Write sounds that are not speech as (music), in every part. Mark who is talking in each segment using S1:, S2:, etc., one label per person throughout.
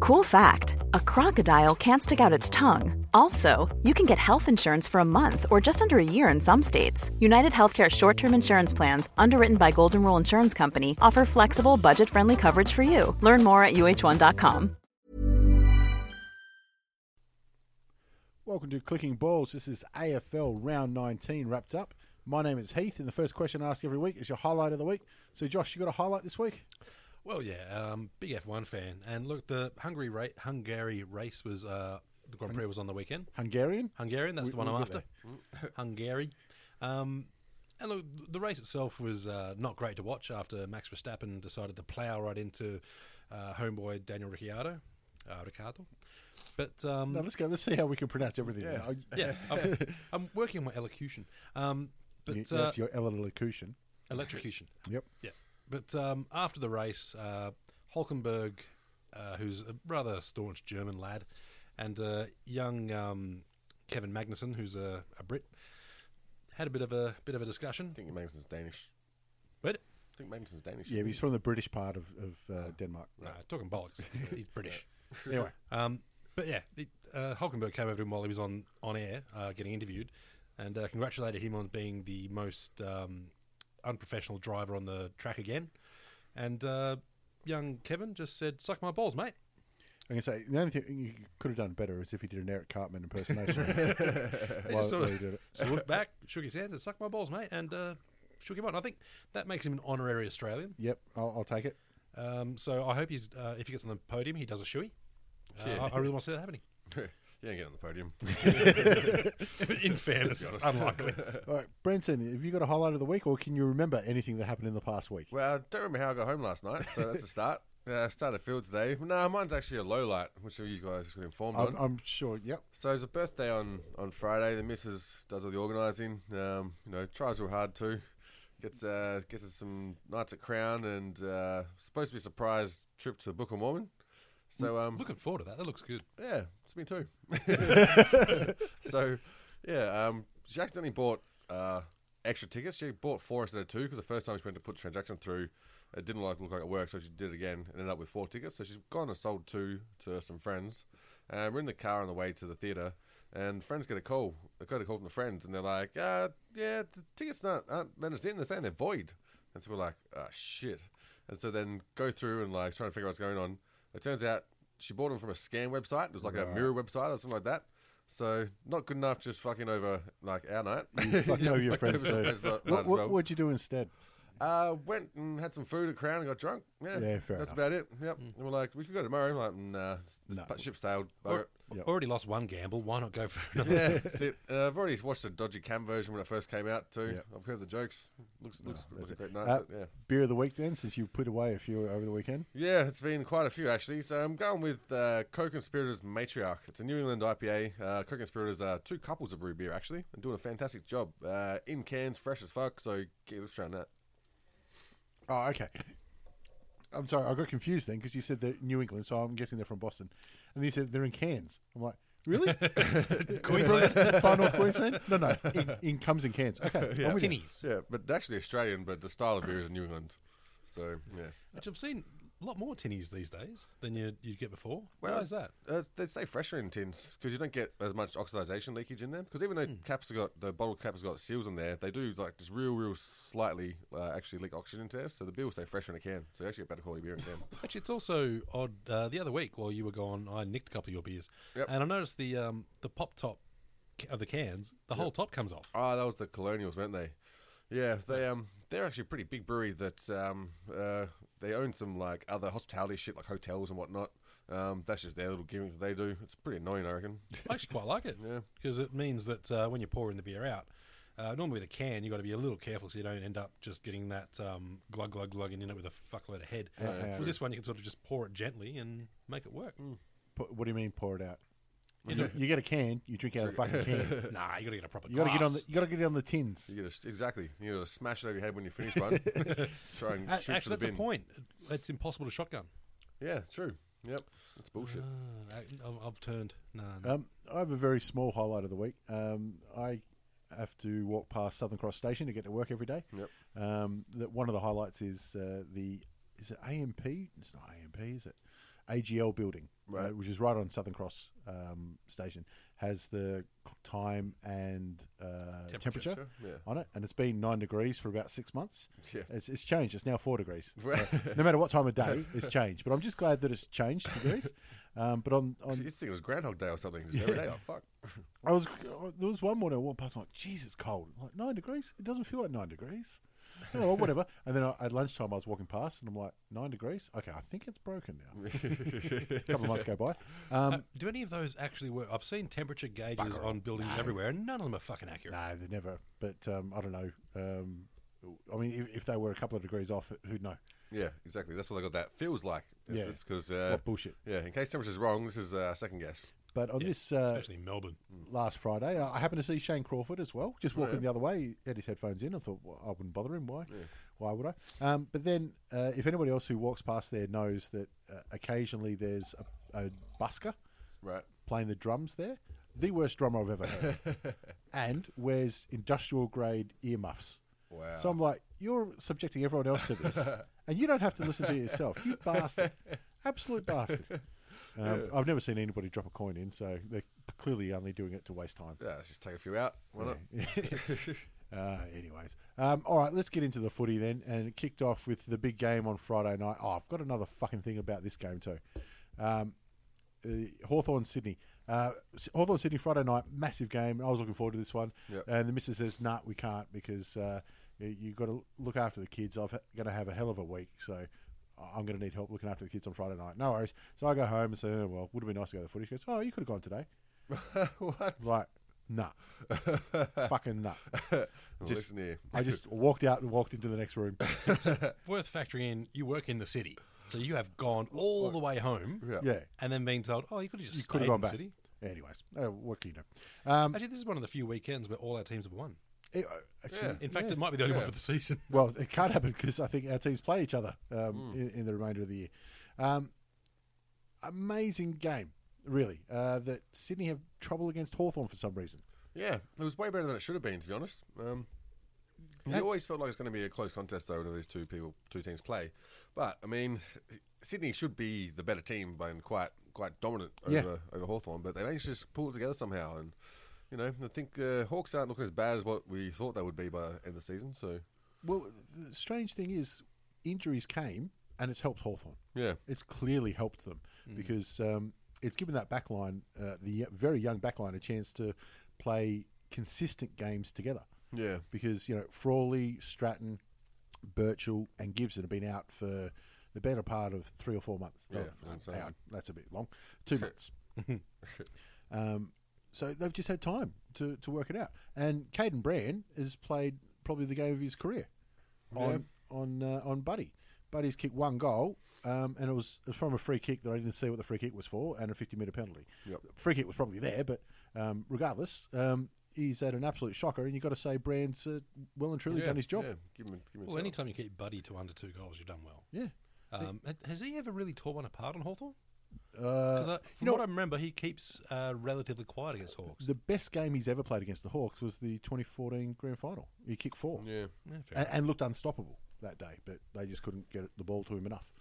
S1: Cool fact a crocodile can't stick out its tongue. Also, you can get health insurance for a month or just under a year in some states. United Healthcare short term insurance plans, underwritten by Golden Rule Insurance Company, offer flexible, budget friendly coverage for you. Learn more at uh1.com.
S2: Welcome to Clicking Balls. This is AFL Round 19 wrapped up. My name is Heath, and the first question I ask every week is your highlight of the week. So, Josh, you got a highlight this week?
S3: Well, yeah, um, big F1 fan, and look, the Hungary ra- Hungary race was uh, the Grand Prix was on the weekend.
S2: Hungarian?
S3: Hungarian, that's
S2: We-
S3: the one
S2: we'll
S3: I'm
S2: get
S3: after.
S2: (laughs)
S3: Hungary, um, and look, the race itself was uh, not great to watch after Max Verstappen decided to plough right into uh, homeboy Daniel Ricciardo, uh, Ricciardo. But um,
S2: Now, let's go. Let's see how we can pronounce everything. uh, Yeah,
S3: yeah,
S2: (laughs)
S3: I'm, I'm working on my elocution. Um, but
S2: that's
S3: uh,
S2: your elocution.
S3: electrocution.
S2: Yep.
S3: Yeah. But um, after the race, uh, Hulkenberg, uh, who's a rather staunch German lad, and uh, young um, Kevin Magnussen, who's a, a Brit, had a bit of a bit of a discussion.
S4: I think Magnuson's Danish.
S3: But
S4: I think Magnuson's Danish.
S2: Yeah, but he's from the British part of, of uh, Denmark.
S3: nah, talking bollocks, he's, he's British.
S2: Anyway,
S3: Um, but yeah, the, uh, Hulkenberg came over to him while he was on on air, uh, getting interviewed, and uh, congratulated him on being the most um, unprofessional driver on the track again. And uh, young Kevin just said, "Suck my balls, mate."
S2: I'm going to say the only thing you could have done better is if you did an Eric Cartman impersonation.
S3: He
S2: While-
S3: just sort
S2: while you did
S3: of
S2: it.
S3: sort of looked back, shook his hands, and sucked my balls, mate, and uh, shook him on. I think that makes him an honorary Australian.
S2: Yep, I'll, I'll take it.
S3: Um, so I hope he's uh, if he gets on the podium, he does a shoey. Uh,
S4: Yeah.
S3: I, I really want to see that happening.
S4: (laughs) you ain't getting on the podium.
S3: (laughs)
S4: (laughs)
S3: In fairness, it's (laughs) unlikely.
S2: All right, Brenton, have you got a highlight of the week, or can you remember anything that happened in the past week?
S4: well, I don't remember how I got home last night, so that's a start. Uh, I started field today. No, mine's actually a low light, which you guys got informed
S2: I'm,
S4: on.
S2: I'm sure. Yep.
S4: So it's a birthday on, on Friday. The missus does all the organising. Um, you know, tries real hard too. Gets uh, gets us some nights at Crown and uh, supposed to be a surprise trip to Book of Mormon. So um,
S3: Looking forward to that. That looks good.
S4: yeah, it's me too. so, yeah, um, she accidentally bought uh, extra tickets. She bought four instead of two because the first time she went to put the transaction through, it didn't like look like it worked, so she did it again and ended up with four tickets. So she's gone and sold two to some friends. And we're in the car on the way to the theatre, and friends get a call. They got a call from the friends, and they're like, uh, "Yeah, the tickets aren't, aren't letting us in. They're saying they're void." And so we're like, "Ah, shit!" And so then go through and like trying to figure out what's going on. It turns out she bought them from a scam website. It was like a mirror website or something like that. So not good enough just fucking over like our night.
S2: (laughs)
S4: You
S2: Fucked
S4: (laughs)
S2: over your
S4: fucked
S2: friends.
S4: over some
S2: too.
S4: friends' night
S2: What,
S4: as
S2: what,
S4: well.
S2: what'd you do instead?
S4: Uh, went and had some food at Crown and got drunk. Yeah,
S2: Yeah, fair enough.
S4: That's about it. Yep. And we're like, we could go tomorrow. I'm like, nah, this
S2: No.
S4: pu- ship sailed. Bugger
S3: Al-
S4: it.
S2: Yep.
S3: Already lost one gamble. Why not go for (laughs) another?
S2: (laughs)
S4: yeah, that's it. Uh, I've already watched the dodgy cam version when it first came out too.
S2: Yep.
S4: I've heard the jokes. Looks looks, looks a great night.
S2: Uh,
S4: but yeah.
S2: Beer of the week, then, since you put away a few over the weekend.
S4: Yeah, it's been quite a few actually. So I'm going with uh, Co-Conspirators Matriarch. It's a New England IPA. Uh, Co-Conspirators are two couples of brew beer actually, and doing a fantastic job uh, in cans, fresh as fuck. So keep us trying that.
S2: Oh, okay. I'm sorry, I got confused then because you said they're New England, so I'm guessing they're from Boston. And then you said they're in Cairns. I'm like, really? (laughs) Queensland? Far North Queensland? No, (laughs) no. In, in comes in cans. Okay. I'm with you.
S3: Tinnies.
S4: Yeah, but actually Australian, but the style of beer is New England. So yeah.
S3: Which I've seen a lot more tinnies these days than you, you'd get before.
S4: Well,
S3: Why is that?
S4: Uh, they stay fresher in tins because you don't get as much oxidation leakage in them. Because even though caps have got the bottle caps have got seals on there, they do like just real, real slightly uh, actually leak oxygen into there. So the beer will stay fresher in a can. So you actually get better quality beer in a can.
S3: Actually, it's also odd. Uh, the other week while you were gone, I nicked a couple of your beers,
S4: Yep.
S3: and I noticed the um, the pop top ca- of the cans, the whole top comes off.
S4: Ah, that was the Colonials, weren't they? Yeah, they um they're actually a pretty big brewery that um uh they own some like other hospitality shit like hotels and whatnot. Um, that's just their little gimmick that they do. It's pretty annoying,
S3: (laughs)
S4: I reckon.
S3: I actually quite like it
S4: Yeah.
S3: because it means that uh, when you're pouring the beer out, uh, normally with a can, you got to be a little careful so you don't end up just getting that um, glug glug glug and end up with a fuckload of head. with this one, you can sort of just pour it gently and make it work.
S4: Mm.
S2: Pu- What do you mean pour it out? You, you get a can, you drink out of the fucking (laughs) can.
S3: (laughs) Nah, you got to get a proper.
S2: You got to get on the
S3: glass.
S2: you got to get it on the tins.
S4: You gotta, exactly. You gotta smash it over your head when you finish one.
S3: (laughs)
S4: Try and
S3: A-
S4: (laughs) shoot for
S3: Actually,
S4: the
S3: that's
S4: bin.
S3: a point. It's impossible to shotgun.
S4: Yeah, true. Yep, that's bullshit.
S3: Uh, I- I've, I've turned. No, no.
S2: Um, I have a very small highlight of the week. Um, I have to walk past Southern Cross Station to get to work every day.
S4: Yep.
S2: Um, that one of the highlights is uh, the is it AMP? It's not AMP, is it? AGL building. uh, which is right on Southern Cross um, Station, has the cl- time and uh, temperature,
S3: Temperature, (laughs)
S4: yeah.
S2: on it, and it's been nine degrees for about six months.
S4: Yeah.
S2: It's, it's changed. It's now four degrees. Right. no matter what time of (laughs) day, it's changed. But I'm just glad that it's changed (laughs) degrees. Um, but on, on
S4: He's thinking it was Groundhog Day or something. Just every day, oh fuck.
S2: I was there was one morning I walked past. I'm like, Jesus, it's cold. I'm like nine degrees. It doesn't feel like nine degrees. Oh, well,
S3: (laughs)
S2: whatever. And then I, at lunchtime, I was walking past, and I'm like, nine degrees. Okay, I think it's broken
S3: (laughs)
S2: now. a couple of months go by. Um,
S3: Uh, do any of those actually work? I've seen temperature gauges on buildings everywhere, and none of them are fucking accurate.
S2: no, they never. But um, I don't know. Um, I mean, if, if they were a couple of degrees off, who'd know?
S4: Yeah, exactly. That's what I got. That feels like.
S2: Yeah.
S4: Because uh,
S2: What bullshit.
S4: Yeah. In case temperature's wrong, this is uh, second guess.
S2: But on
S3: Yeah,
S2: this uh,
S3: especially in Melbourne.
S2: last Friday, Uh, I I happened to see Shane Crawford as well, just walking the other way. He had his headphones in. I thought well, I wouldn't bother him. Why? Why would I? Um, but then, uh, if anybody else who walks past there knows that uh, occasionally there's a, a busker
S4: Right.
S2: playing the drums there, the worst drummer I've ever heard, and wears industrial grade earmuffs.
S4: Wow.
S2: So I'm like, you're subjecting everyone else to this, and you don't have to listen to yourself. You bastard, absolute bastard. Um, I've never seen anybody drop a coin in, so they're clearly only doing it to waste time.
S4: Yeah. Let's just take a few out. Why not?
S2: (laughs) Uh, anyways, um, all right, let's get into the footy then, and it kicked off with the big game on Friday night. Oh, I've got another fucking thing about this game too. Um, uh, Hawthorne Sydney, uh, S- Hawthorne Sydney Friday night, massive game. I was looking forward to this one,
S4: Yep.
S2: and the missus says, "Nah, we can't because uh, you- you've got to look after the kids. I'm going to have a hell of a week, so." I- I'm going to need help looking after the kids on Friday night. No worries. So I go home and say, oh, well, would have been nice to go to the footy. She goes, oh, you could have gone today.
S4: (laughs) what?
S2: Like, nah.
S4: (laughs)
S2: Fucking nah. Just-
S4: Listen here.
S2: I just walked out and walked into the next room.
S3: Worth factoring in, you work in the city, so you have gone all the way home,
S4: (laughs) Yeah.
S2: Yeah,
S3: and then being told, "Oh, you could have just
S2: you could
S3: stayed
S2: have gone
S3: in the
S2: back.
S3: city."
S2: Anyways, uh, what can you know? Um,
S3: Actually, this is one of the few weekends where all our teams have won.
S2: it- uh, actually,
S3: In fact,
S2: yes.
S3: it might be the only one for the
S2: (laughs)
S3: season.
S2: Well, it can't happen because I think our teams play each other um,
S3: Hmm.
S2: in, in the remainder of the year. Um, amazing game, really. Uh, that Sydney have trouble against Hawthorn for some reason.
S4: Yeah, it was way better than it should have been, to be honest. Um, you always felt like it's going to be a close contest, though, when these two people, two teams play. But I mean, Sydney should be the better team, but quite quite dominant over
S2: Yeah.
S4: over Hawthorn. But they managed to just pull it together somehow, and you know, I think the Hawks aren't looking as bad as what we thought they would be by the end of the season. So
S2: Well, the strange thing is, injuries came and it's helped Hawthorn.
S4: yeah,
S2: It's clearly helped them
S3: Hmm.
S2: because um, it's given that back line, uh, the very young back line, a chance to play consistent games together.
S4: yeah,
S2: because you know Frawley, Stratton, Birchall, and Gibson have been out for the better part of three or four months.
S4: Yeah,
S2: Oh,
S4: for
S2: no,
S4: the
S2: hang
S4: time.
S2: on, that's a bit long. Two months. (laughs) um, so they've just had time to, to work it out. And Caden Brand has played probably the game of his career on on uh, on Buddy. Buddy's kicked one goal, um, and it was, it was from a free kick that I didn't see what the free kick was for, and a 50 metre penalty.
S4: Yep.
S2: Free kick was probably there, but um, regardless, um, he's had an absolute shocker, and you've got to say Brand's uh, well and truly
S4: yeah,
S2: done his job.
S4: Yeah. Give him, a- give him a
S3: Well,
S4: towel.
S3: anytime you keep Buddy to under two goals, you've done well.
S2: Yeah.
S3: Um, ha- has he ever really torn one apart on Hawthorn?
S2: Uh,
S3: Because from
S2: you know
S3: what I
S2: what?
S3: remember, he keeps uh, relatively quiet against Hawks.
S2: The best game he's ever played against the Hawks was the 2014 Grand Final. He kicked four
S4: Yeah,
S3: Yeah, fair
S2: and, and looked unstoppable that day, but they just couldn't get the ball to him enough.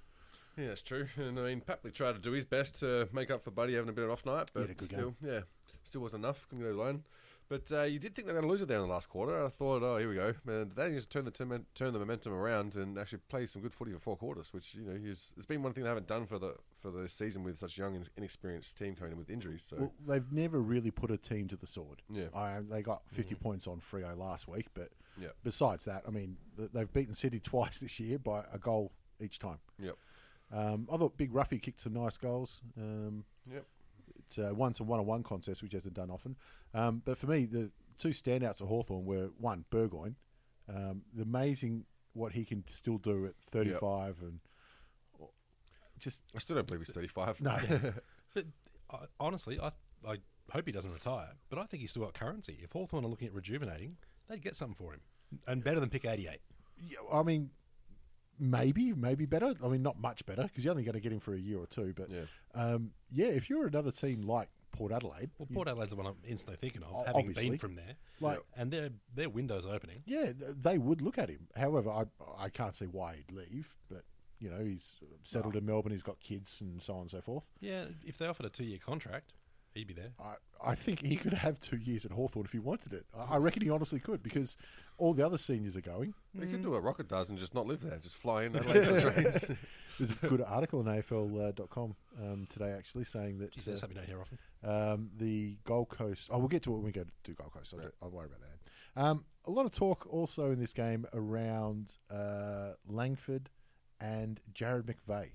S4: yeah, that's true. And I mean, Papley tried to do his best to make up for Buddy having a bit of an off night, but
S2: had a good
S4: still, yeah, still wasn't enough. Couldn't go to the line. But uh, you did think they were going to lose it there in the last quarter. and I thought, oh, here we go. And they just turned the tem- turn the momentum around and actually play some good footy for four quarters, which you know is, it's been one thing they haven't done for the for the season with such a young and inexperienced team coming in with injuries. So
S2: Well, they've never really put a team to the sword.
S4: Yeah. Mm-hmm.
S2: I, they got 50 points on Frio last week, but
S4: Yeah.
S2: besides that, I mean, th- they've beaten City (laughs) twice this year by a goal each time.
S4: yep,
S2: Um, I thought Big Ruffy kicked some nice goals. Um,
S4: yep,
S2: it's uh, won some one-on-one contests, which hasn't done often. Um, but for me, the two standouts of Hawthorn were one Burgoyne, um, the amazing what he can still do at 35 and uh, just
S4: I still don't believe he's thirty five. (laughs)
S2: no.
S3: But I, honestly, I I hope he doesn't retire, but I think he's still got currency. If Hawthorn are looking at rejuvenating, they'd get something for him, and better than pick 88.
S2: Yeah, I mean, maybe, maybe better. I mean, not much better because you're only going to get him for a year or two. But
S4: Yeah.
S2: um, yeah if you're another team like Port Adelaide,
S3: Well, Port Adelaide's the one I'm instantly thinking of,
S2: O-
S3: having
S2: obviously.
S3: been from there,
S2: Like-
S3: and their their window's opening.
S2: yeah, th- they would look at him. However, I I can't see why he'd leave, but you know, he's settled in Melbourne, he's got kids and so on and so forth.
S3: Yeah, if they offered a two-year contract, he'd be there.
S2: I, I think he could have two years at Hawthorn if he wanted it. I, I reckon he honestly could because all the other seniors are going.
S4: We could do what Rocket does and just not live there, just fly in Adelaide
S2: (laughs)
S4: on trains. (laughs)
S2: There's
S3: (laughs)
S2: a good article on AFL.com um, today actually saying that uh,
S3: Is that something you don't hear often?
S2: um, the Gold Coast. Oh, we'll get to it when we go to Gold Coast. I'll, do, I'll worry about that. Um, a lot of talk also in this game around uh, Langford and Jared McVeigh.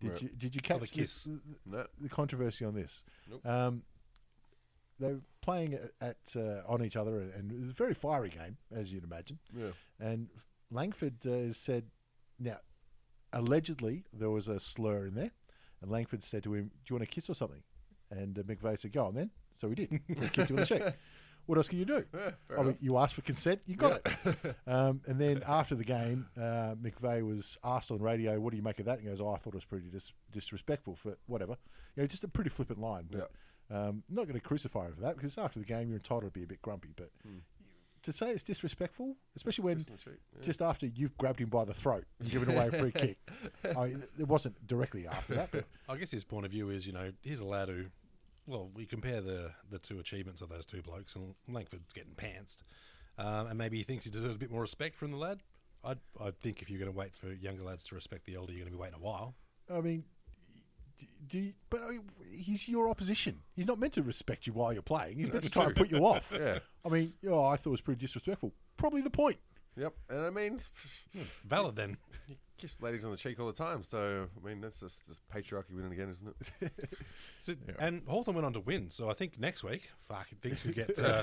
S2: Did
S4: Right.
S2: you did you catch this,
S3: kiss.
S2: the,
S4: No.
S2: the controversy on this?
S4: Nope.
S2: Um, they were playing at, at uh, on each other, and, and it was a very fiery game, as you'd imagine.
S4: Yeah.
S2: And Langford uh, has said, now, allegedly there was a slur in there, and Langford said to him, "Do you want a kiss or something?" And uh, McVeigh said, "Go on then." So he did. (laughs) He kissed him on the cheek. What else can you do? I mean, you asked for consent, you got it. (laughs) Um, and then after the game, uh, McVeigh was asked on radio, "What do you make of that?" And he goes, oh, "I thought it was pretty dis- disrespectful, but whatever." You know, just a pretty flippant line. But, Um, not going to crucify him for that because after the game, you're entitled to be a bit grumpy. But to say it's disrespectful, especially when
S4: Hmm. on the cheek, yeah.
S2: just after you've grabbed him by the throat and given away a
S4: (laughs)
S2: free kick, I mean, it wasn't directly after that, but
S3: I guess his point of view is, you know, here's a lad who, well, we compare the the two achievements of those two blokes, and Langford's getting pantsed, um, and maybe he thinks he deserves a bit more respect from the lad. I I think if you're going to wait for younger lads to respect the elder, you're going to be waiting a while.
S2: I mean, do, do you, but I mean, he's your opposition. He's not meant to respect you while you're playing. He's meant to try and put you
S3: (laughs)
S2: off.
S4: Yeah.
S2: I mean, oh, I thought it was pretty disrespectful. Probably the point.
S4: Yep. And I mean,
S3: Valid then.
S4: you kiss ladies on the cheek all the time. So, I mean, that's just, just patriarchy winning again, isn't it?
S3: So- And Hawthorn went on to win, so I think next week, fuck, things could get uh,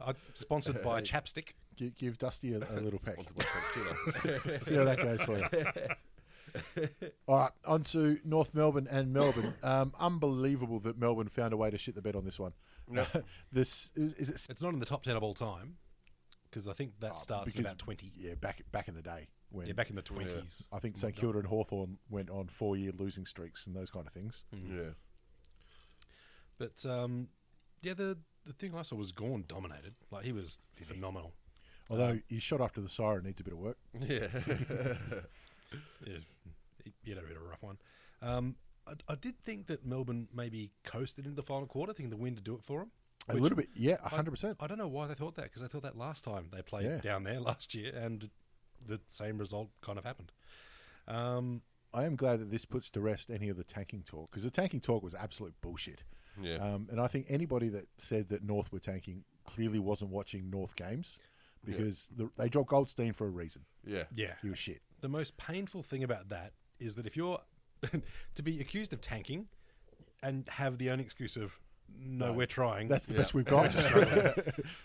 S3: uh, sponsored by Chapstick.
S2: Give, give Dusty a,
S3: (laughs)
S2: a little peck.
S4: Sponsored by some killer.
S2: See how that goes for you.
S3: (laughs)
S2: All right, on to North Melbourne and Melbourne. Um, unbelievable that Melbourne found a way to shit the bed on this one. (laughs) this is, is it
S3: It's not in the top ten of all time because I think that starts at
S2: because-
S3: about twenty.
S2: yeah back back in the day when
S3: Yeah, back in the twenties.
S2: I think St Kilda and Hawthorn went on four year losing streaks and those kind of things.
S3: Hmm.
S4: yeah.
S3: But um, yeah, the the thing I saw was Gorn dominated. Like he was phenomenal.
S2: Although
S3: Um,
S2: his shot after the siren needs a bit of work.
S4: (laughs)
S3: Yeah, you know, a bit of a rough one. Um, I, I did think that Melbourne maybe coasted into the final quarter, thinking the wind to do it for them.
S2: A little bit, yeah, hundred percent.
S3: I don't know why they thought that because they thought that last time they played
S2: Yeah.
S3: down there (laughs) last year, and the same result kind of happened. Um,
S2: I am glad that this puts to rest any of the tanking talk because the tanking talk was absolute bullshit.
S4: Yeah.
S2: Um, and I think anybody that said that North were tanking clearly wasn't watching North games because the, they dropped Goldstein for a reason.
S4: Yeah.
S3: yeah,
S2: He was shit.
S3: the most painful thing about that is that if you're (laughs) to be accused of tanking and have the only excuse of no, we're trying.
S2: That's the best we've
S3: (laughs)
S2: got.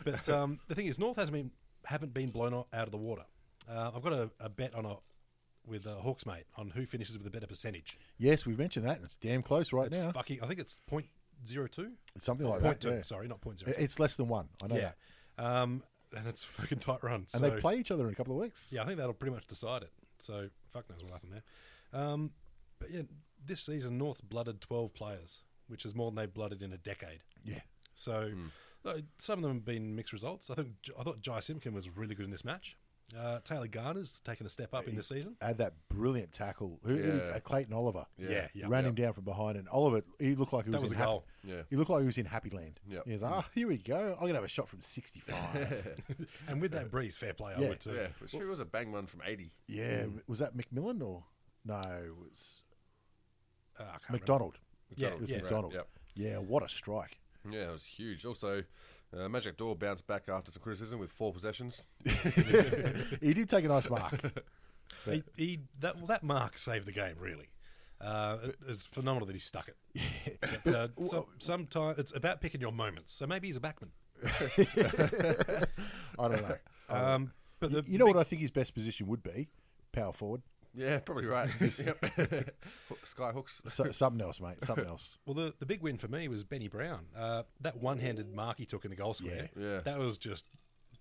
S3: but um, the thing is, North hasn't been haven't been blown o- out of the water. Uh, I've got a, a bet on a with a Hawks mate on who finishes with a better percentage.
S2: yes, we've mentioned that. and It's damn close right
S3: It's
S2: now.
S3: fucking. I think it's point zero two.
S2: It's something like
S3: Point
S2: that.
S3: two.
S2: yeah.
S3: Sorry, not point zero.
S2: It- It's less than one. I know
S3: yeah.
S2: that.
S3: Um, and it's a fucking tight run.
S2: And
S3: so-
S2: they play each other in a couple of weeks.
S3: Yeah, I think that'll pretty much decide it. So fuck knows what happened there. Um, but yeah, this season North blooded twelve players, which is more than they've blooded in a decade.
S2: Yeah.
S3: So
S2: Hmm.
S3: uh, some of them have been mixed results. I think I thought Jai Simpkin was really good in this match. Uh, Taylor Garner's taken a step up in this season.
S2: Had that brilliant tackle. Who, who did-
S4: Yeah.
S2: uh, Clayton Oliver.
S3: Yeah, yeah.
S2: ran him down from behind, and Oliver he looked like he was,
S3: was
S2: in
S3: a
S2: happy,
S3: goal.
S4: Yeah.
S2: He looked like he was in Happy Land.
S4: Yep.
S2: He was like, oh, here we go. I'm gonna have a shot from 65.
S3: (laughs) and with that breeze, fair play, I
S2: Yeah.
S3: would too.
S4: Yeah. But she was a bang one from 80.
S2: yeah,
S3: Hmm.
S2: was that McMillan or no? It was
S3: Uh, I can't remember.
S2: McDonald.
S3: Yeah,
S2: it was
S3: yeah.
S2: McDonald.
S4: Right, yep.
S2: Yeah, what a strike.
S3: (laughs)
S2: (laughs)
S4: Yeah, it was huge. Also, uh, Magic Door bounced back after some criticism with four possessions.
S2: he did take a nice mark.
S3: He, he that well, that mark saved the game really. Uh, it- it's phenomenal that he stuck
S2: (laughs)
S3: it. But, uh, so, sometimes it's about picking your moments. So maybe he's a backman.
S2: I don't know.
S3: Um, but (laughs) the,
S2: Oh. you know what I think his best position would be? Power forward.
S4: Yeah,
S3: (laughs)
S4: probably right. yep. Hook- (laughs) Skyhooks.
S2: So, something else, mate. Something else.
S3: Well, the, the big win for me was Benny Brown. Uh, that one handed mark he took in the goal square.
S4: Yeah. Yeah.
S3: That was just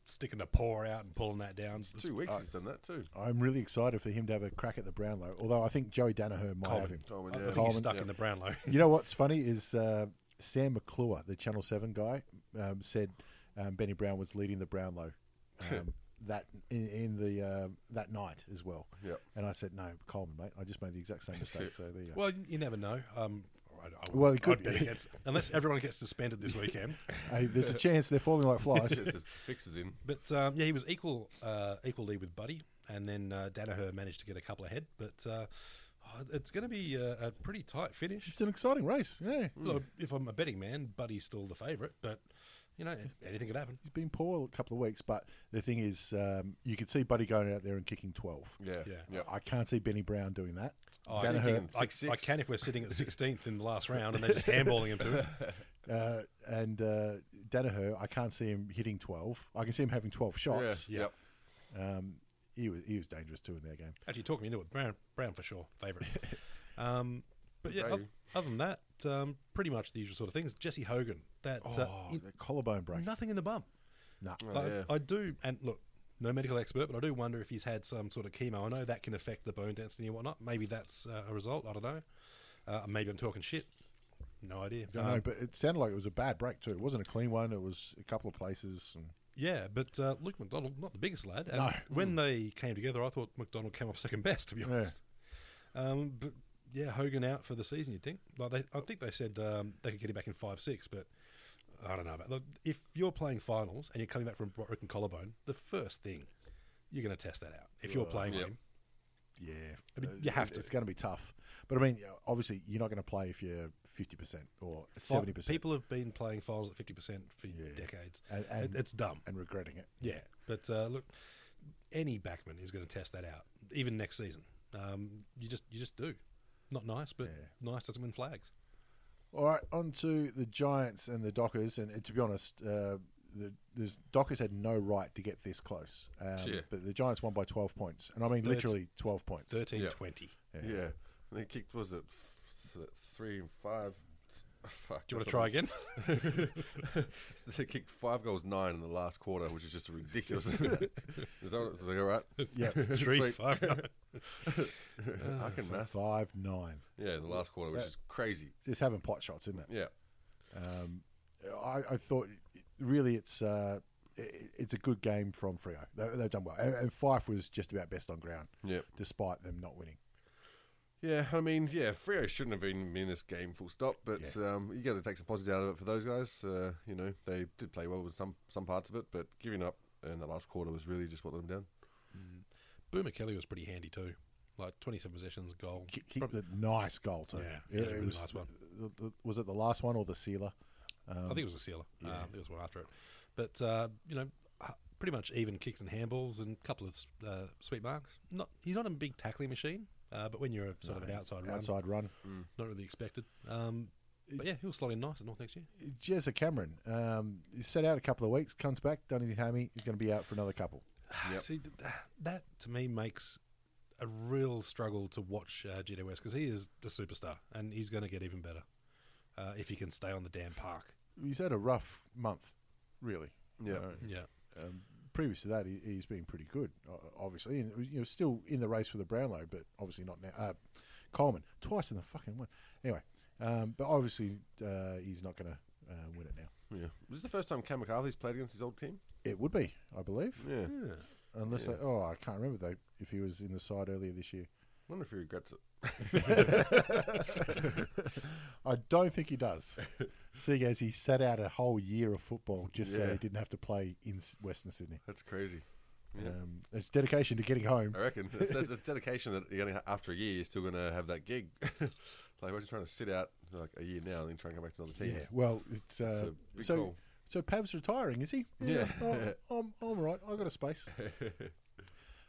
S3: sticking the paw out and pulling that down.
S4: Two weeks he's done that too.
S2: I'm really excited for him to have a crack at the Brownlow. Although I think Joey Danaher might have him.
S4: Coleman,
S3: I
S4: yeah.
S3: think
S2: Coleman,
S3: he's stuck
S4: (laughs) yeah.
S3: in the Brownlow.
S2: You know what's funny is uh, Sam
S4: (laughs)
S2: McClure, the Channel Seven guy, um, said um, Benny Brown was leading the Brownlow um, that in, in the uh, that night as well.
S4: Yep.
S2: And I said, no, Coleman, mate. I just made the exact
S4: (laughs)
S2: same mistake. So there you go.
S3: (laughs) Well, you, you never know. Um, I, I would,
S2: Well, it could
S3: I'd bet
S2: be.
S4: (laughs)
S3: against- unless everyone gets suspended this weekend.
S2: hey, there's a chance they're falling like flies.
S4: It's just fixes in.
S3: But um, yeah, he was equal uh, equal lead with Buddy, and then uh, Danaher managed to get a couple ahead. But uh, oh, it's going to be a, a pretty tight finish.
S2: it's an exciting race.
S4: Mm.
S2: Yeah.
S4: Hmm.
S3: Look, if I'm a betting man, Buddy's still the favourite, but you know anything could happen.
S2: He's been poor a couple of weeks, but the thing is, um, you could see Buddy going out there and kicking 12.
S4: Yeah.
S3: Yeah.
S4: Yep.
S2: I can't see Benny Brown doing that.
S3: Oh,
S2: Danaher-
S3: I, can- I-
S4: Six, six.
S3: I can if we're sitting at 16th in the last round and they're just handballing
S2: (laughs)
S3: him to it.
S2: uh, and uh, Danaher, I can't see him hitting 12. I can see him having 12
S4: Yeah.
S2: shots.
S4: Yep.
S2: Um, he, was, he was dangerous too in their game.
S3: Actually, talk me into it. Brown, Brown for sure, favourite. Um, but yeah,
S4: Brave.
S3: oth- other than that, um, pretty much the usual sort of things. Jesse Hogan, that uh,
S2: Oh,
S3: in-
S2: the collarbone break.
S3: nothing in the bump.
S2: Nah.
S4: Oh,
S3: I,
S4: yeah.
S3: I do, and look, no medical expert, but I do wonder if he's had some sort of chemo. I know that can affect the bone density and whatnot. Maybe that's uh, a result. I don't know. Uh, maybe I'm talking shit. No idea.
S2: Don't
S3: Um,
S2: know, but it sounded like it was a bad break too. It wasn't a clean one. It was a couple of places. And
S3: yeah, but uh, Luke McDonald, not the biggest lad. And
S2: No. Mm.
S3: When they came together, I thought McDonald came off second best, to be honest. Um, but yeah, Hogan out for the season. You'd think. Like they, I think they said um, they could get him back in five six, but I don't know. About, look, if you're playing finals and you're coming back from a broken collarbone, the first thing you're going to test that out. If you're playing
S4: Yep.
S3: him.
S2: yeah,
S3: I mean,
S2: Uh,
S3: you have
S2: it-
S3: to.
S2: It's going to be tough. But I mean, yeah, obviously, you're not going to play if you're 50% or 70%.
S3: People have been playing finals at fifty percent for decades.
S2: And- and-
S3: It- it's dumb.
S2: and regretting it.
S3: Yeah, but uh, look, any backman is going to test that out, even next season. Um, you just you just do. Not nice, but nice doesn't win flags.
S2: All right, on to the Giants and the Dockers. And uh, to be honest, uh, the there's, Dockers had no right to get this close. Um,
S4: Sure.
S2: But the Giants won by 12 points. And I mean,
S3: Thirty-
S2: literally 12 points.
S3: Thirteen
S4: Yeah.
S3: twenty.
S4: Yeah. And they kicked, was it f- th- three and five? (laughs) Fuck,
S3: Do you want to
S4: that's a-
S3: try again?
S4: (laughs) they kicked five goals nine in the last quarter, which is just ridiculous. is (laughs) that what, is that all right?
S2: Yeah.
S3: (laughs) Three,
S4: Sweet.
S3: five. no.
S4: (laughs) I can math.
S2: 5 9.
S4: Yeah, in the last quarter, which is crazy.
S2: Just having pot shots, isn't it?
S4: Yeah.
S2: I, I thought really it's uh, it- it's a good game from Frio. They, they've done well, and, and Fife was just about best on ground,
S4: Yep.
S2: despite them not winning.
S4: Yeah, I mean, yeah, Frio shouldn't have been in this game, full stop. But um, you got to take some positives out of it for those guys. Uh, you know, they did play well with some some parts of it, but giving up in the last quarter was really just what let them down.
S3: Boomer Kelly was pretty handy too. Like twenty-seven possessions, goal.
S2: Kick, kicked a nice goal too.
S3: Yeah, yeah, really
S2: was,
S3: nice one.
S2: the- the- was it the last one or the sealer?
S3: I think it was a sealer. Um, I think it was one after it. But uh, you know, h- pretty much even kicks and handballs and a couple of s- uh, sweet marks. Not he's not a big tackling machine, uh, but when you're a, sort of an outside run,
S2: Outside run.
S3: not really expected. Um, but yeah, he'll slot in nice at North next year.
S2: Jezza Cameron, um, he's set out a couple of weeks, comes back, done his hammy, he's going to be out for another couple.
S4: Yep.
S3: See, th- th- that to me makes a real struggle to watch uh, Gito West because he is the superstar and he's going to get even better uh, if he can stay on the damn park.
S2: He's had a rough month, really.
S4: Yeah.
S3: Yeah.
S2: um, previous to that, he, he's been pretty good, o- obviously, and you know still in the race for the Brownlow, but obviously not now. Uh, Coleman twice in the fucking one. Anyway, um, but obviously uh, he's not going to uh, win it now.
S4: Yeah. Was this the first time Cam McCarthy's played against his old team?
S2: It would be, I believe,
S4: Yeah.
S2: unless they, oh, I can't remember though if he was in the side earlier this year.
S4: wonder if he regrets it.
S2: I don't think he
S4: (laughs)
S2: does, seeing as he sat out a whole year of football just so
S4: Yeah.
S2: he didn't have to play in S- Western Sydney.
S4: That's crazy.
S2: Um, it's dedication to getting home.
S4: I reckon it's, it's, it's dedication that you're gonna, after a year you're still going to have that gig. (laughs) like, imagine trying to sit out like a year now and then try and come back to another team.
S2: Yeah, well, it's, uh,
S4: a big
S2: so.
S4: call.
S2: So Pav's retiring, is he?
S4: Yeah.
S2: oh, I'm, I'm all right. I got a
S4: (laughs)
S2: space.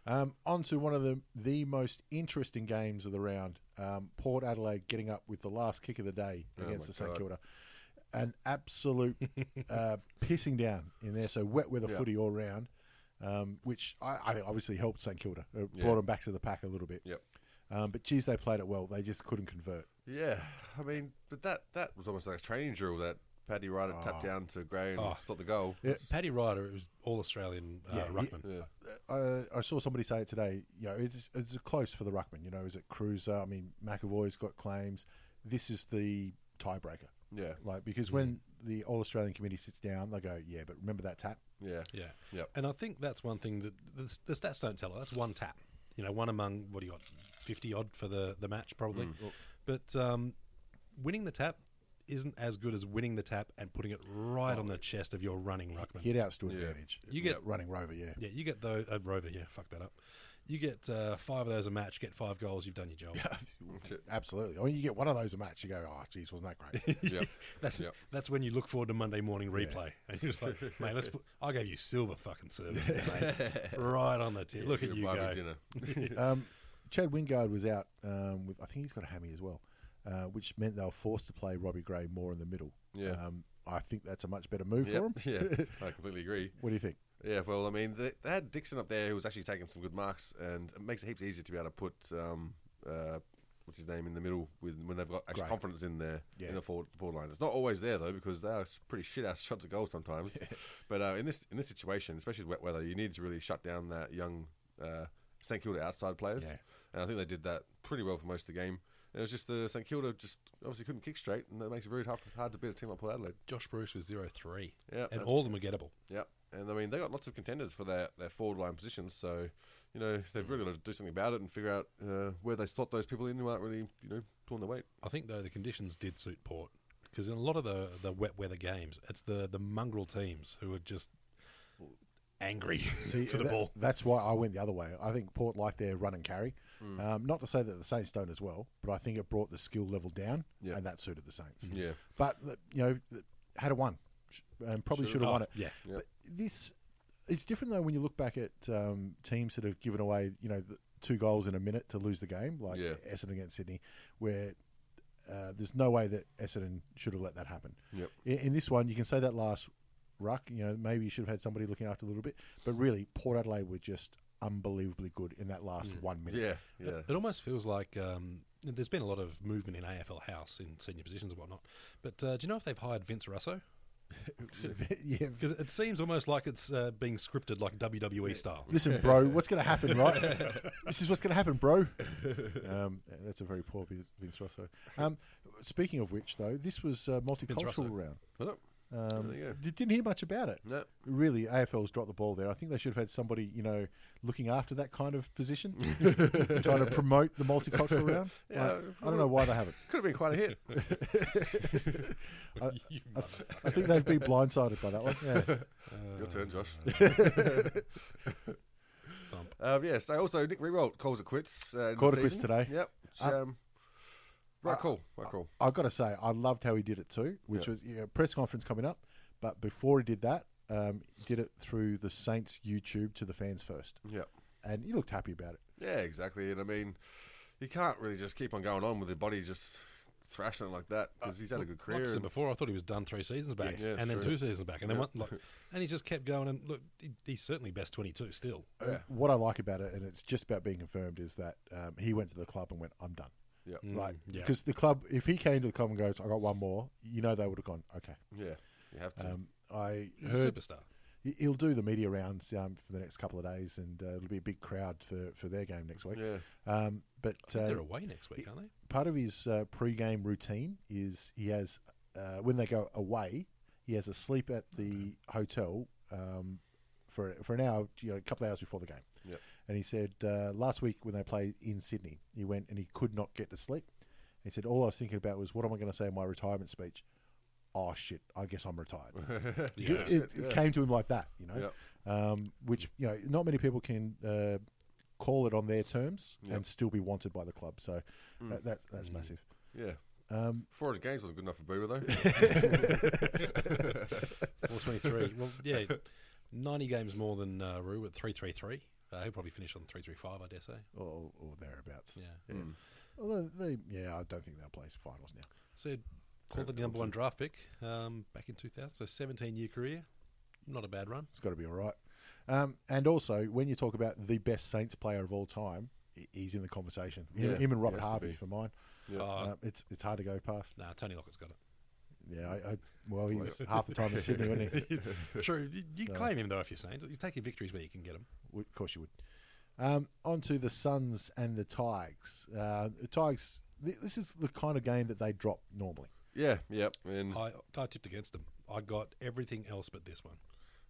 S2: um, on to one of the the most interesting games of the round. Um, Port Adelaide getting up with the last kick of the day against
S4: Oh my
S2: the St
S4: God.
S2: Kilda. An
S4: (laughs)
S2: absolute uh, pissing down in there. So wet weather
S4: Yeah.
S2: footy all round, um, which I, I think obviously helped St Kilda. It brought
S4: Yeah.
S2: them back to the pack a little bit.
S4: Yep.
S2: Um, but geez, they played it well. They just couldn't convert.
S4: Yeah, I mean, but that that was almost like a training drill that Paddy Ryder tapped down to Gray and
S3: Oh.
S4: stopped the goal.
S3: Paddy Ryder it was all Australian uh,
S2: Yeah, he-
S3: ruckman.
S4: Yeah.
S2: uh, I saw somebody say it today. You know, it's, it's a close for the ruckman. You know, is it Cruiser? I mean, McAvoy's got claims. This is the tiebreaker.
S4: Yeah.
S2: Like because when the All Australian Committee sits down, they go, "Yeah, but remember that tap."
S4: Yeah.
S3: Yeah. (laughs)
S4: Yep.
S3: And I think that's one thing that the, the stats don't tell us. That's one tap. You know, one among, what do you got, 50 odd for the, the match, probably.
S4: Mm,
S3: But um, winning the tap isn't as good as winning the tap and putting it right
S4: Oh.
S3: on the chest of your running ruckman.
S2: Hit outs to advantage.
S3: You get-
S2: Yeah, running rover. Yeah.
S3: Yeah, you get those. Uh, Rover, yeah, fuck that up. You get uh, five of those a match, get five goals, you've done your
S4: (laughs)
S3: job.
S2: Absolutely. Or you get one of those a match, you go, "Oh, geez, wasn't that
S4: (laughs)
S2: great?"
S4: Yep.
S3: That's
S4: Yep.
S3: that's when you look forward to Monday morning replay, (laughs) and you're just like, mate, let's. Put, I gave you silver fucking service,
S4: (laughs)
S3: today, mate. right on the tip. Look at
S4: Your
S3: you
S4: barbie
S3: go.
S4: dinner.
S2: um, Chad Wingard was out um, with, I think he's got a hammy as well, uh, which meant they were forced to play Robbie Gray more in the middle.
S4: Yeah.
S2: Um, I think that's a much better move for him.
S4: Yep. (laughs) yeah. I completely agree.
S2: What do you think?
S4: Yeah, well, I mean, they, they had Dixon up there who was actually taking some good marks, and it makes it heaps easier to be able to put um, uh, what's his name in the middle with when they've got actually
S2: Great.
S4: confidence in their
S2: Yeah.
S4: in the forward, forward line. It's not always there though because they are pretty shit ass (laughs) shots at goal sometimes. but uh, in this in this situation, especially with wet weather, you need to really shut down that young uh, St Kilda outside players,
S2: Yeah.
S4: and I think they did that pretty well for most of the game. It was just the St Kilda just obviously couldn't kick straight, and that makes it really hard, hard to beat a team like Port Adelaide.
S3: Josh Bruce was 0-3.
S4: Yeah,
S3: and
S4: that's-
S3: all of them were gettable.
S4: Yep. And I mean, they got lots of contenders for their, their forward line positions. So, you know, they've really got to do something about it and figure out uh, where they slot those people in who aren't really, you know, pulling their weight.
S3: I think though the conditions did suit Port because in a lot of the the wet weather games, it's the the mongrel teams who are just angry (laughs) for the
S2: that-
S4: (laughs)
S3: ball.
S2: That's why I went the other way. I think Port like their run and carry.
S3: Hmm.
S2: Um, not to say that the Saints don't as well, but I think it brought the skill level down,
S4: Yeah.
S2: and that suited the Saints.
S3: Mm-hmm.
S4: Yeah.
S2: But the- you know, the- had a won, Sh- and probably should have
S3: Oh,
S2: won it.
S3: yeah.
S4: Yeah.
S2: But this, it's different though when you look back at um, teams that have given away, you know, the two goals in a minute to lose the game, like
S4: Yeah.
S2: Essendon against Sydney, where. Uh, there's no way that Essendon should have let that happen.
S4: Yep.
S2: In, in this one, you can say that last ruck. You know, maybe you should have had somebody looking after a little bit, but really, Port Adelaide were just unbelievably good in that last
S4: Mm.
S2: one minute.
S4: Yeah. Yeah.
S2: (laughs)
S3: It almost feels like um, there's been a lot of movement in AFL House in senior positions and whatnot. But uh, do you know if they've hired Vince Russo?
S2: (laughs) yeah.
S3: Because it seems almost like it's uh, being scripted like WWE
S4: (laughs)
S3: style. (laughs)
S2: Listen, bro, what's going to happen, right? this is what's going to happen, bro. Um, that's a very poor Vin- Vince Rosso. Um, speaking of which, though, this was uh,
S3: Russo.
S2: multicultural round.
S4: Well,
S2: Um,
S4: there you go.
S2: di- didn't hear much about it.
S4: No.
S2: Really, AFL's dropped the ball there. I think they should have had somebody, you know, looking after that kind of
S4: (laughs)
S2: position, trying to promote the multicultural round.
S4: Yeah,
S2: Like, I don't know why they haven't.
S4: Could have been quite
S2: (laughs)
S4: a hit.
S2: Uh,
S4: uh,
S3: You
S2: I, th- I think they've been blindsided by that one. Yeah.
S4: Your turn, Josh.
S2: uh,
S3: Thump.
S4: (laughs) um, yeah. So also, Nick Rewalt calls it quits. Uh, in
S2: Called
S4: the
S2: it quits
S4: season.
S2: today.
S4: Yep.
S2: Uh,
S4: um, right call. Right call.
S2: I've got to say, I loved how he did it too, which
S4: Yeah.
S2: was yeah, press conference coming up. But before he did that, um, he did it through the Saints YouTube to the fans first,
S4: Yep.
S2: and he looked happy about it.
S4: Yeah, exactly. And I mean, you can't really just keep on going on with your body just thrashing it like that
S2: Uh,
S4: because he's had a good
S3: Like I
S4: career.
S3: said
S4: and-
S3: before, I thought he was done three seasons back,
S4: Yeah,
S3: and then
S4: true.
S3: two seasons back,
S4: (laughs)
S3: and then one. Like, and he just kept going. And look, he, he's certainly best twenty-two still.
S2: And What I like about it, and it's just about being confirmed, is that um, he went to the club and went, "I'm done."
S4: Yep.
S2: Like
S3: Mm, yeah.
S2: because the club, if he came to the club and goes, "I got one more," you know they would have gone, "Okay."
S4: yeah. You have to.
S2: Um, I
S3: He's a
S2: heard
S3: superstar.
S2: he- he'll do the media rounds um, for the next couple of days, and uh, it'll be a big crowd for, for their game next week. (laughs)
S4: yeah.
S2: Um, but uh,
S3: They're away next week, aren't they?
S2: part of his uh, pre-game routine is he has uh, when they go away, he has a sleep at the hotel um, for for an hour, you know, a couple of hours before the game.
S4: Yep.
S2: And he said uh, last week when they played in Sydney, he went and he could not get to sleep. He said all I was thinking about was what am I going to say in my retirement speech? Oh shit, I guess I'm retired. it, it came to him like that, you know.
S4: Yep.
S2: Um, which you know, not many people can uh, call it on their terms
S4: Yep.
S2: and still be wanted by the club. So uh, that, that's that's massive.
S4: Yeah.
S2: Um,
S4: 400 games wasn't good enough for Boomer, though.
S2: (laughs)
S3: Four
S4: (laughs)
S3: twenty-three. well, yeah, ninety games more than uh, Rue at three-three-three. Uh, he'll probably finish on three-three-five, I dare say.
S2: or, or thereabouts.
S3: Yeah.
S2: Although they, yeah, I don't think they'll play finals now.
S3: So called the number one draft pick um, back in 2000. So 17 year career, not a bad run.
S2: It's got to be all right. Um, and also, when you talk about the best Saints player of all time, he- he's in the conversation. Him,
S4: Yeah,
S2: him and
S4: he
S2: Robert
S4: has to
S2: Harvey
S4: be.
S2: for mine.
S4: Yeah.
S2: Uh, it's it's hard to go past.
S3: Oh, Nah, Tony Lockett's got
S4: (laughs)
S2: Yeah, I, I well, he was half the time in Sydney, wasn't he?
S3: it. True, you, you claim him though if you're saying you take your victories where you can get them.
S2: Would- Of course you would. Um, on to the Suns and the Tigers. Uh, the Tigers, th- this is the kind of game that they drop normally.
S4: (laughs) Yeah, yep. And I
S3: I, I tipped against them. I got everything else but this one.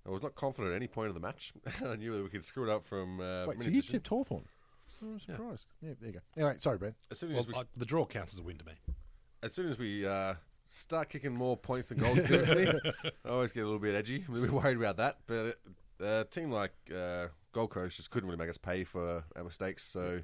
S4: was not confident at any point of the match. (laughs) I knew that we could screw it up from. Uh,
S2: Wait,
S4: minute
S2: so you
S4: position.
S2: tipped Hawthorne? I'm surprised. Yeah. there you go. Anyway, sorry, Brad.
S4: As soon
S3: Well,
S4: as we,
S3: I, the draw counts as a win to me.
S4: as soon as we uh, start kicking more points than goals, typically,
S2: (laughs)
S4: I always get a little bit edgy. I'm a little bit worried about that. But uh, a team like uh, Gold Coast just couldn't really make us pay for our mistakes. So,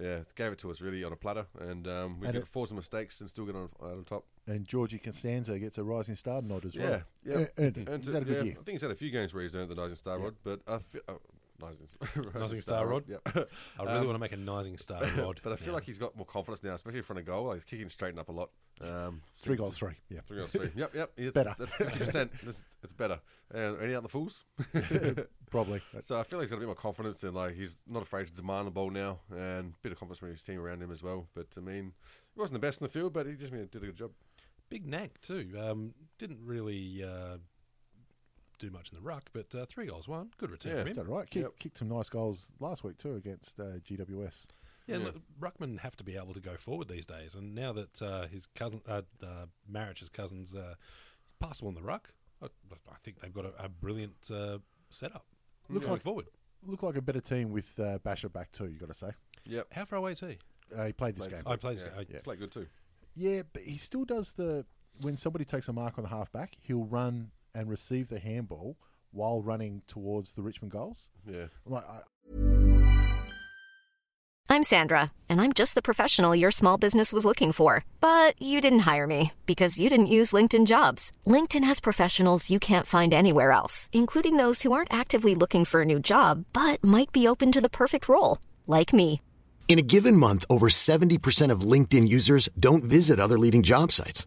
S4: yeah, gave it to us really on a platter. And um, we
S2: And
S4: could
S2: it-
S4: force some mistakes and still get on, on top.
S2: And Georgie Costanza gets a rising star nod as
S4: Yeah,
S2: well.
S4: yeah.
S2: Uh, earned it.
S4: Earned
S2: He's
S4: it,
S2: had a good
S4: yeah.
S2: year.
S4: I think he's had a few games where he's earned the Rising Star Rod, but I feel. Oh, (laughs) Rising
S3: Rising Star Rod.
S4: Yep.
S3: I really want to make a Nising Star rod.
S4: (laughs) Um, But I feel like he's got more confidence now, especially in front of goal. Like, he's kicking straighten up a lot. Um,
S2: Three goals, three. Yeah.
S4: Three goals,
S2: (laughs)
S4: three. Yep, yep. It's,
S2: Better.
S4: That's fifty percent. (laughs) It's it's better. And any other fools? (laughs)
S2: Probably.
S4: so I feel like he's got a bit more confidence, and like he's not afraid to demand the ball now, and a bit of confidence from his team around him as well. But I mean, he wasn't the best in the field, but he just did a good job.
S3: Big knack too. Um, didn't really uh, do much in the ruck, but uh, three goals, one good return
S4: Yeah.
S3: from
S2: Is
S3: him.
S2: that right? Kick,
S4: Yep.
S2: Kicked some nice goals last week, too, against uh, GWS.
S3: Yeah,
S4: Yeah.
S3: Look, ruckmen have to be able to go forward these days, and now that uh, his cousin, uh, uh, Marich's cousin's uh, passable in the ruck, I, I think they've got a, a brilliant uh, setup. Look like forward.
S2: Look like a better team with uh, Basher back, too, you got to say.
S4: Yep.
S3: How far away is he?
S2: Uh, he played this
S4: Played-
S2: game.
S3: I plays. uh,
S4: Yeah.
S3: I,
S2: Yeah.
S4: Played good too.
S2: Yeah, but he still does the when somebody takes a mark on the halfback, he'll run and receive the handball while running towards the Richmond goals.
S4: Yeah.
S2: Like I,
S5: I'm Sandra, and I'm just the professional your small business was looking for. But you didn't hire me because you didn't use LinkedIn jobs. LinkedIn has professionals you can't find anywhere else, including those who aren't actively looking for a new job but might be open to the perfect role, like me.
S6: In a given month, over 70% of LinkedIn users don't visit other leading job sites.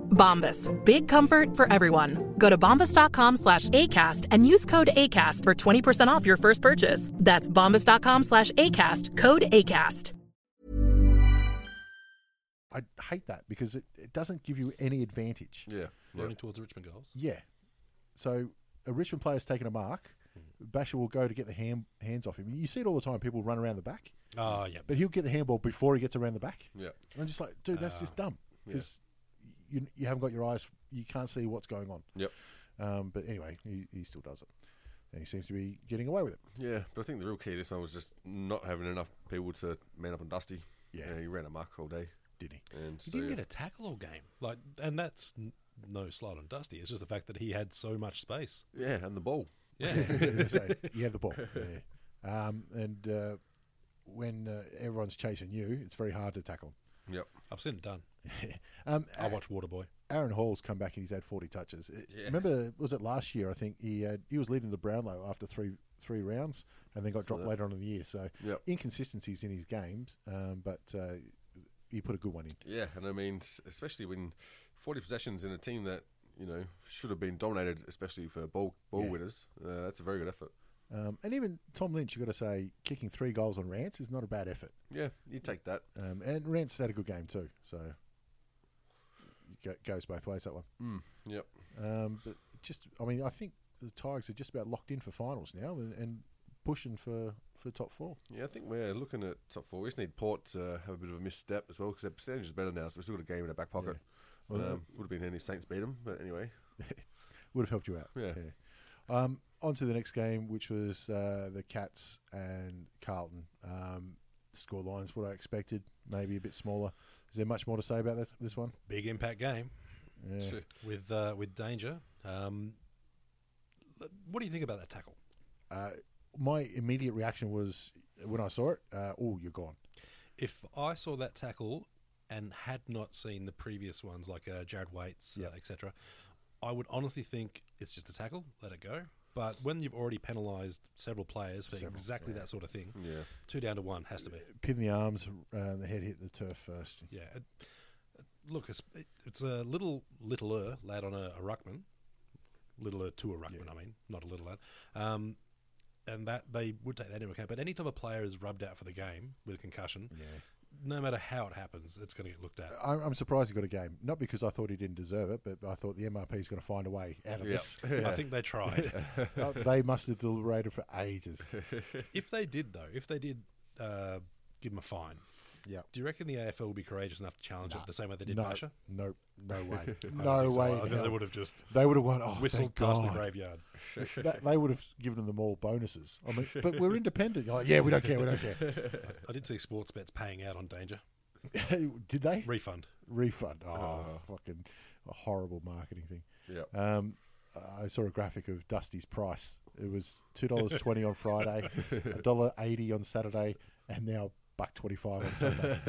S7: Bombas. Big comfort for everyone. Go to bombas.com slash ACAST and use code ACAST for 20% off your first purchase. That's bombas.com slash ACAST, code ACAST.
S2: I hate that because it, it doesn't give you any advantage.
S4: Yeah. Yeah.
S3: running towards the Richmond goals.
S2: Yeah. So a Richmond player's taken a mark,
S4: Mm-hmm.
S2: Basher will go to get the hand, hands off him. You see it all the time. People run around the back,
S3: Oh, yeah.
S2: but he'll get the handball before he gets around the back.
S4: Yeah. Ah.
S2: And I'm just like, dude, that's just dumb because you, you haven't got your eyes. You can't see what's going on.
S4: Yep.
S2: Um, but anyway, he, he still does it, and he seems to be getting away with it.
S4: Yeah. But I think the real key this one was just not having enough people to man up on Dusty.
S2: Yeah.
S4: he ran amok all day.
S2: Did he?
S4: And
S3: He
S4: so,
S3: didn't
S4: yeah.
S3: get a tackle all game. Like, and that's n- no slight on Dusty. It's just the fact that he had so much space.
S4: yeah, and the ball.
S3: (laughs) Yeah.
S2: (laughs) so you have the ball. Yeah. Um, and uh, when uh, everyone's chasing you, it's very hard to tackle.
S4: Yep.
S3: I've seen it done.
S2: Um,
S3: I watch Waterboy.
S2: Aaron Hall's come back and he's had 40 touches. It- Remember, was it last year? I think he had, he was leading the Brownlow after three three rounds, and then got dropped later on in the year. So
S4: Yep.
S2: inconsistencies in his games, um, but uh, he put a good one in.
S4: Yeah, and I mean, s- especially when 40 possessions in a team that you know should have been dominated, especially for ball ball winners. Uh, that's a very good effort.
S2: Um, and even Tom Lynch, you've got to say, kicking three goals on Rance is not a bad effort.
S4: Yeah, you
S3: Mm.
S4: take that.
S2: Um, and Rance had a good game too, so it go- goes both ways that one.
S4: Yep.
S2: Um, but just, I mean, I think the Tigers are just about locked in for finals now and, and pushing for, for top four.
S4: Yeah, I think we're looking at top four. We just need Port to have a bit of a misstep as well because their percentage is better now, so we've still got a game in our back pocket. um, would have been any Saints beat them, but anyway.
S2: would have helped you out.
S4: Yeah.
S2: Um, on to the next game, which was uh, the Cats and Carlton. Um, score lines, what I expected, maybe a bit smaller. Is there much more to say about this, this one?
S3: Big impact game
S2: Yeah.
S3: with uh, with danger. Um, l- what do you think about that tackle?
S2: My immediate reaction was when I saw it, uh, oh, you're gone.
S3: If I saw that tackle and had not seen the previous ones like uh, Jared Waits, uh, etc., I would honestly think it's just a tackle. Let it go. But when you've already penalised several players for exactly that sort of thing,
S4: Yeah.
S3: two down to one has to be.
S2: Pin the arms, uh, the head hit the turf first.
S3: Yeah, it- look, it's, it's a little littler lad on a, a ruckman, littler to a ruckman. I mean, not a little lad. Um, and that they would take that into account. But any time a player is rubbed out for the game with a concussion, no matter how it happens, it's going to get looked at.
S2: I'm, I'm surprised he got a game. Not because I thought he didn't deserve it, but I thought the MRP is going to find a way out of (laughs) this.
S3: I think
S2: (laughs)
S3: they tried.
S2: Uh, they must have deliberated for ages.
S3: if they did, though, if they did uh, give him a fine,
S2: Yeah.
S3: do you reckon the AFL would be courageous enough to challenge it the same way they (laughs) did in
S2: No,
S3: Russia?
S2: no,
S3: (laughs)
S2: no way.
S3: I don't
S2: No
S3: think so.
S2: way.
S3: I
S2: in
S3: think they
S2: hell.
S3: would have just
S2: They would have won. Oh, thank
S3: whistled past the
S2: God. (laughs)
S3: graveyard.
S2: That- they would have given them all bonuses. I
S3: (laughs)
S2: mean, but we're independent. You're like, yeah, we don't care. (laughs) We don't care.
S3: I did see sports bets paying out on danger.
S2: Did they
S3: Refund.
S2: refund? Oh, fucking a horrible marketing thing.
S4: Yep.
S2: Um, I saw a graphic of Dusty's price. It was two dollars twenty on
S4: (laughs)
S2: Friday, a dollar eighty on Saturday, and now buck twenty five on Sunday.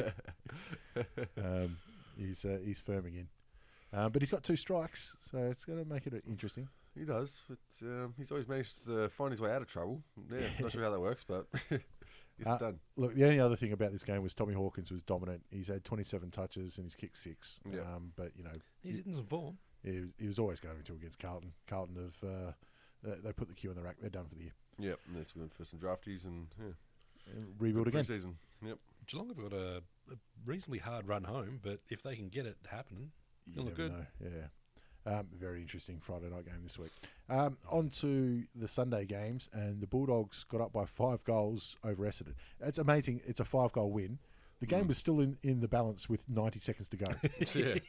S2: um, he's uh, he's firming in, um, but he's got two strikes, so it's going to make it interesting.
S4: He does, but um, he's always managed to find his way out of trouble. Yeah, not sure how that works, but (laughs) he's
S2: Uh,
S4: done.
S2: Look, the only other thing about this game was Tommy Hawkins was dominant. He's had 27 touches and he's kicked six.
S4: Yeah.
S2: Um, but, you know,
S3: He's in some form.
S2: he, was- he was always going to against Carlton. Carlton have, uh, they, they put the queue in the rack. They're done for the year.
S4: Yep, and it's good for some draftees and yeah,
S2: And rebuild again.
S4: preseason. Yep.
S3: Geelong have got a, a reasonably hard run home, but if they can get it happening,
S2: You
S3: it'll look
S2: never
S3: good.
S2: know. Yeah. Um, very interesting Friday night game this week. Um, on to the Sunday games, and the Bulldogs got up by five goals over Essendon. It's amazing. It's a five goal win. The
S4: Hmm.
S2: game was still in, in the balance with 90 seconds
S4: (laughs)
S2: to go. (laughs)
S4: Yeah.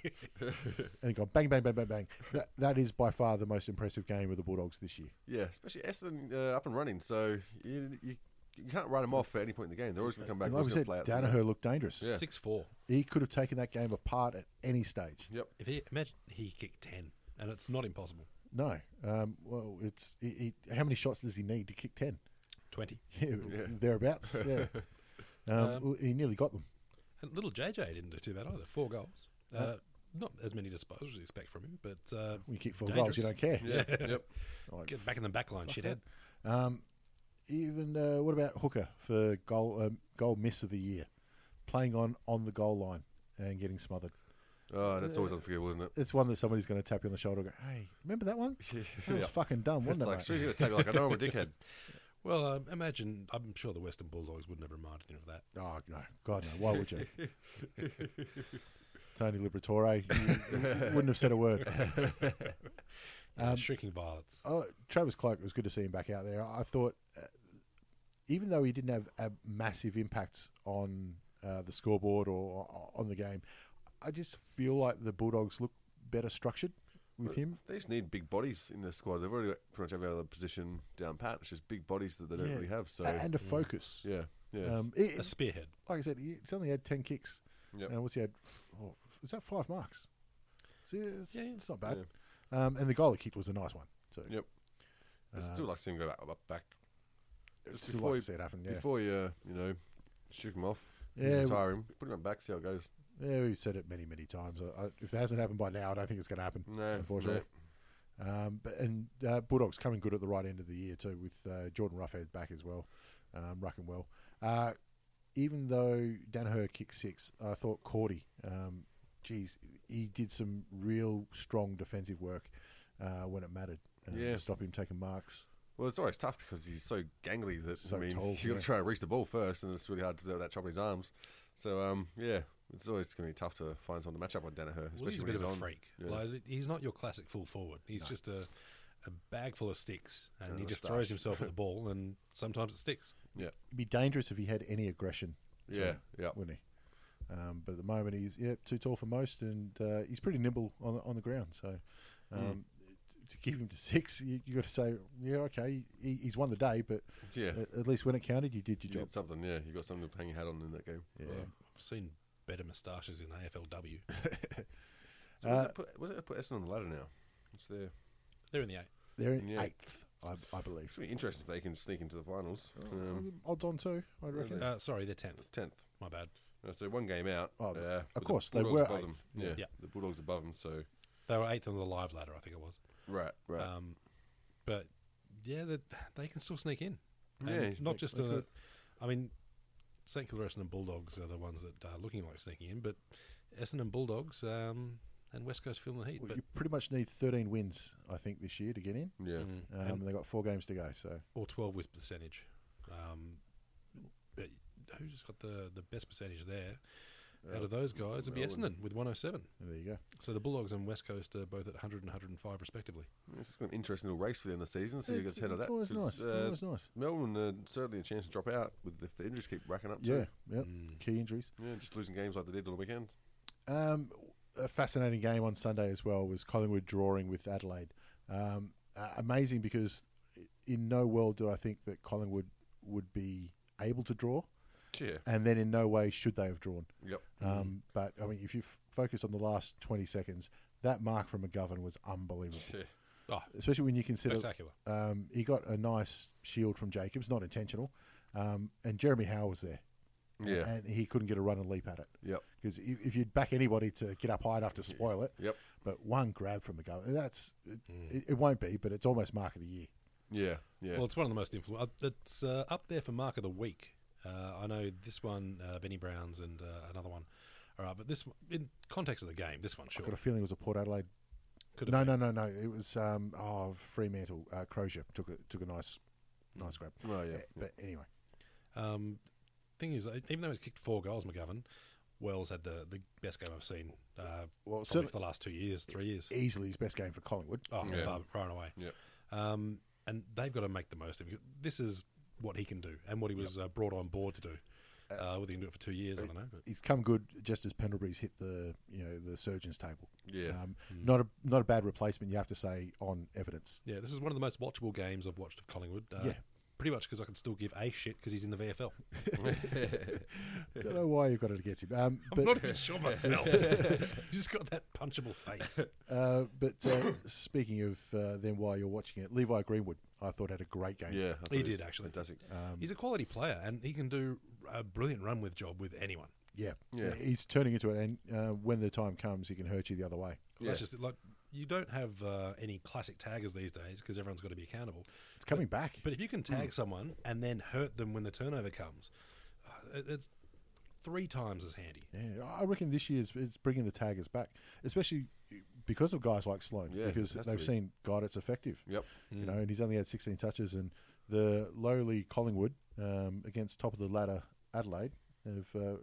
S2: and gone bang, bang, bang, bang, bang. That, that is by far the most impressive game of the Bulldogs this year.
S4: yeah, especially Essendon uh, up and running, so you, you you can't write them off at any point in the game. They're always going to come back.
S2: And like we
S4: always gonna
S2: said,
S4: play out from
S2: Danaher looked dangerous.
S4: Yeah.
S3: Six four.
S2: He could have taken that game apart at any stage.
S4: there. Yep.
S3: If he imagine he kicked ten, and it's not impossible.
S2: No. Um, well, it's he, he, how many shots does he need to kick 10?
S3: Twenty.
S2: Yeah, thereabouts.
S4: (laughs)
S2: Yeah. Um, well, he nearly got them.
S3: And little JJ didn't do too bad either. Four goals. Uh, not as many disposals you expect from him, but uh,
S2: When you kick four goals, you don't care.
S3: (laughs)
S4: Yeah. yep.
S3: get back in the back line, shithead.
S2: Um, even uh, what about Hooker for goal um, goal miss of the year, playing on on the goal line and getting smothered.
S4: Oh, that's always unforgivable, isn't it?
S2: It's one that somebody's going to tap you on the shoulder. and go, Hey, remember that one? That
S4: (laughs)
S2: was fucking dumb,
S4: It's
S2: wasn't
S4: like,
S2: it? mate?
S4: seriously, the tag, like, I know I'm a dickhead.
S3: Well, um, imagine. I'm sure the Western Bulldogs wouldn't have reminded him of that.
S2: Oh no, God no! Why would
S4: (laughs)
S2: you? Tony Liberatore you- you
S4: (laughs)
S2: wouldn't have said a word.
S3: Yeah,
S2: Um,
S3: shrinking violets.
S2: Oh, Travis Cloak, it was good to see him back out there. I thought, uh, even though he didn't have a massive impact on uh, the scoreboard or o- on the game, I just feel like the Bulldogs look better structured with him.
S4: They just need big bodies in their squad. They've already got pretty much every other position down pat. It's just big bodies that they don't
S2: Yeah.
S4: really have. So
S2: A- and a focus.
S4: yeah, yeah.
S2: Um, it-
S3: A spearhead.
S2: like I said, he he's only had 10 kicks.
S4: Yep.
S2: And what's he had? Oh, is that five marks? See, it's,
S3: Yeah, yeah.
S2: it's not bad. Um, and the goal he kicked was a nice one. So
S4: Yep. I still like seeing him go back. up- back. Just
S2: still like to see it happen, yeah.
S4: Before you, uh, you know, shoot him off,
S2: Yeah,
S4: retire him, put him back, see how it goes.
S2: yeah, we've said it many, many times. I, I, if it hasn't happened by now, I don't think it's going to happen,
S4: No,
S2: unfortunately. Um, but and uh, Bulldogs coming good at the right end of the year too, with uh, Jordan Roughhead back as well, um, rucking well. Uh, even though Danaher kicked six, I thought Cordy, um, geez, he did some real strong defensive work uh, when it mattered. Um,
S4: Yeah.
S2: stop him taking marks.
S4: Well, it's always tough because he's so gangly that
S2: So
S4: I mean,
S2: tall,
S4: you got to
S2: yeah.
S4: try and reach the ball first, and it's really hard to do that chopping his arms. So um, yeah, it's always going to be tough to find someone to match up on Danaher, especially
S3: Well, he's a
S4: when
S3: bit of
S4: he's
S3: a
S4: on.
S3: freak.
S4: Yeah.
S3: Like, he's not your classic full forward. He's just a, a bag full of sticks, and, he
S4: a
S3: just
S4: moustache.
S3: throws himself
S4: (laughs)
S3: at the ball, and sometimes it sticks.
S4: yeah,
S2: It'd be dangerous if he had any aggression. to
S4: Yeah,
S2: him,
S4: yeah.
S2: wouldn't he? Um, but at the moment, he's yeah too tall for most, and uh, he's pretty nimble on the, on the ground. So
S4: Hmm.
S2: um, to keep him to six, you, you got to say, yeah, okay, he, he's won the day, but
S4: Yeah.
S2: at, at least when it counted, you did your
S4: you
S2: uh, job.
S4: did something. Yeah, you got something to hang your hat on in that game. Yeah.
S3: I've seen better moustaches in AFLW.
S2: Uh,
S4: So was, it put, was it put Essendon on the ladder now? It's there.
S3: They're in the eight.
S2: They're in
S4: Yeah.
S2: eighth, I, I believe.
S4: It's going to be interesting if they can sneak into the finals.
S2: Oh,
S4: Um,
S2: Odds on too, I reckon.
S3: Uh, sorry, they're tenth.
S4: Tenth.
S3: My bad.
S4: Uh, So one game out.
S2: Oh,
S4: uh,
S2: the- of
S4: with the
S2: course, they
S4: Bulldogs
S2: were
S4: above them.
S2: eighth.
S4: Yeah,
S3: Yeah.
S4: the Bulldogs above them. So
S3: They were eighth on the live ladder, I think it was.
S4: right, right.
S3: Um, but yeah, they, they can still sneak in. And
S4: Yeah,
S3: not
S4: they-
S3: just
S4: they
S3: on the.
S4: could.
S3: I mean, St. Kilda Essendon and Bulldogs are the ones that are looking like sneaking in, but Essendon Bulldogs um, and West Coast Film the Heat.
S2: Well,
S3: but,
S2: you pretty much need 13 wins, I think, this year to get in.
S4: Yeah.
S2: Um, and they got four games to go. So
S3: or 12 with percentage. Um, but who's got the, the best percentage there? Out of those guys, it'd be Essendon with 107.
S2: there you go.
S3: So the Bulldogs and West Coast are both at 100 and 105 respectively.
S4: It's just an interesting little race for the end of the season. See who
S2: It's-
S4: gets ahead of
S2: it's
S4: that.
S2: always
S4: 'cause,
S2: nice, always nice.
S4: Melbourne uh, certainly a chance to drop out with if the injuries keep racking up.
S2: Yeah,
S4: too.
S2: yep.
S4: Hmm.
S2: Key injuries.
S4: yeah, just losing games like they did on the weekend.
S2: Um, a fascinating game on Sunday as well was Collingwood drawing with Adelaide. Um, uh, amazing because in no world do I think that Collingwood would be able to draw,
S4: Yeah.
S2: and then in no way should they have drawn.
S4: Yep.
S2: Um, but I mean, if you f- focus on the last twenty seconds, that mark from McGovern was unbelievable.
S3: Oh,
S2: Especially when you consider
S3: spectacular.
S2: um, he got a nice shield from Jacobs, not intentional, um, and Jeremy Howe was there.
S4: Yeah.
S2: and he couldn't get a run and leap at it.
S4: Yep.
S2: Because if, if you'd back anybody to get up high enough to spoil it,
S4: Yep. Mm.
S2: But one grab from McGovern, that's it, it, it won't be, but it's almost mark of the year.
S4: Yeah. Yeah.
S3: Well, it's one of the most influential. It's uh, up there for mark of the week. Uh, I know this one, uh, Benny Brown's, and uh, another one. All right, but this one- in context of the game, this one sure
S2: I've got a feeling it was a Port Adelaide.
S3: could
S2: No,
S3: have.
S2: no, no, no. It was um, oh Fremantle. Uh, Crozier took a took a nice nice grab.
S4: Oh, yeah,
S2: Uh, But anyway,
S3: been. Um, thing is, uh, even though he's kicked four goals, McGovern, Wells had the, the best game I've seen. Uh,
S2: Well,
S3: well,
S2: certainly-
S3: for the last two years, three years.
S2: easily his best game for Collingwood.
S3: Oh, far, far and away.
S4: Yep.
S3: Um, and they've got to make the most of it. This is what he can do, and what he was uh, brought on board to do. Uh, whether he can do it for two years, I don't know. But
S2: He's come good just as Pendlebury's hit the you know the surgeons table.
S4: Yeah. Mm.
S2: um, not a not a bad replacement. You have to say on evidence.
S3: Yeah, this is one of the most watchable games I've watched of Collingwood. Uh,
S2: Yeah.
S3: Pretty much because I can still give a shit because he's in the (laughs) VFL.
S2: Don't know why you've got it against him. Um,
S3: I'm
S2: but
S3: not even sure myself. (laughs) He's just got that punchable face.
S2: Uh, but uh, (coughs) speaking of uh, then, while you're watching it, Levi Greenwood, I thought had a great game.
S4: yeah. I thought
S3: He
S4: was
S3: did, actually.
S4: Fantastic.
S3: he's a quality player and he can do a brilliant run with job with anyone.
S2: yeah,
S4: Yeah.
S2: He's turning into it, and uh, when the time comes, he can hurt you the other way.
S3: Yeah. That's just it, like you don't have uh, any classic taggers these days because everyone's got to be accountable.
S2: It's coming back.
S3: But if you can tag
S2: Hmm.
S3: someone and then hurt them when the turnover comes, uh, it- it's three times as handy.
S2: yeah, I reckon this year's it's bringing the taggers back, especially because of guys like Sloan,
S4: Yeah,
S2: because
S4: it has
S2: they've
S4: to be.
S2: seen God, it's effective.
S4: Yep. Mm.
S2: You know, and he's only had 16 touches, and the lowly Collingwood um, against top of the ladder Adelaide have uh,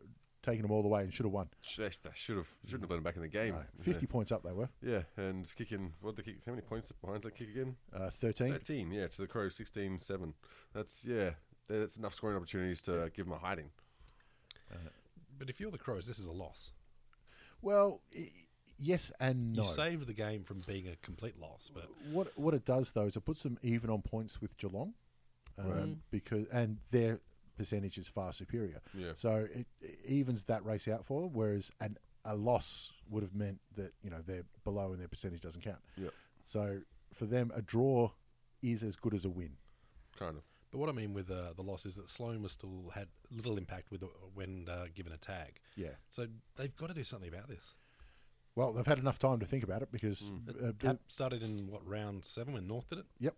S2: taken them all the way and should have won.
S4: Sh- They they should have shouldn't have let him back in the game.
S2: Uh, 50 points up they were,
S4: Yeah, and it's kicking. What the kick? How many points behind that kick again?
S2: uh, 13.
S4: Thirteen. Yeah, to the Crows, 16-7. That's yeah. That's enough scoring opportunities to give him a hiding.
S3: But if you're the Crows, this is a loss.
S2: Well, i- yes and no.
S3: You saved the game from being a complete loss, but
S2: what what it does though is it puts them even on points with Geelong, um, because and their percentage is far superior.
S4: Yeah.
S2: So it, it evens that race out for them. Whereas an a loss would have meant that you know they're below and their percentage doesn't count.
S4: Yeah.
S2: So for them, a draw is as good as a win.
S4: Kind of.
S3: But what I mean with uh, the loss is that Sloan was still had little impact with the, when uh, given a tag.
S2: Yeah.
S3: So they've got to do something about this.
S2: Well, they've had enough time to think about it because uh,
S3: That started in what round seven when North did it.
S2: yep.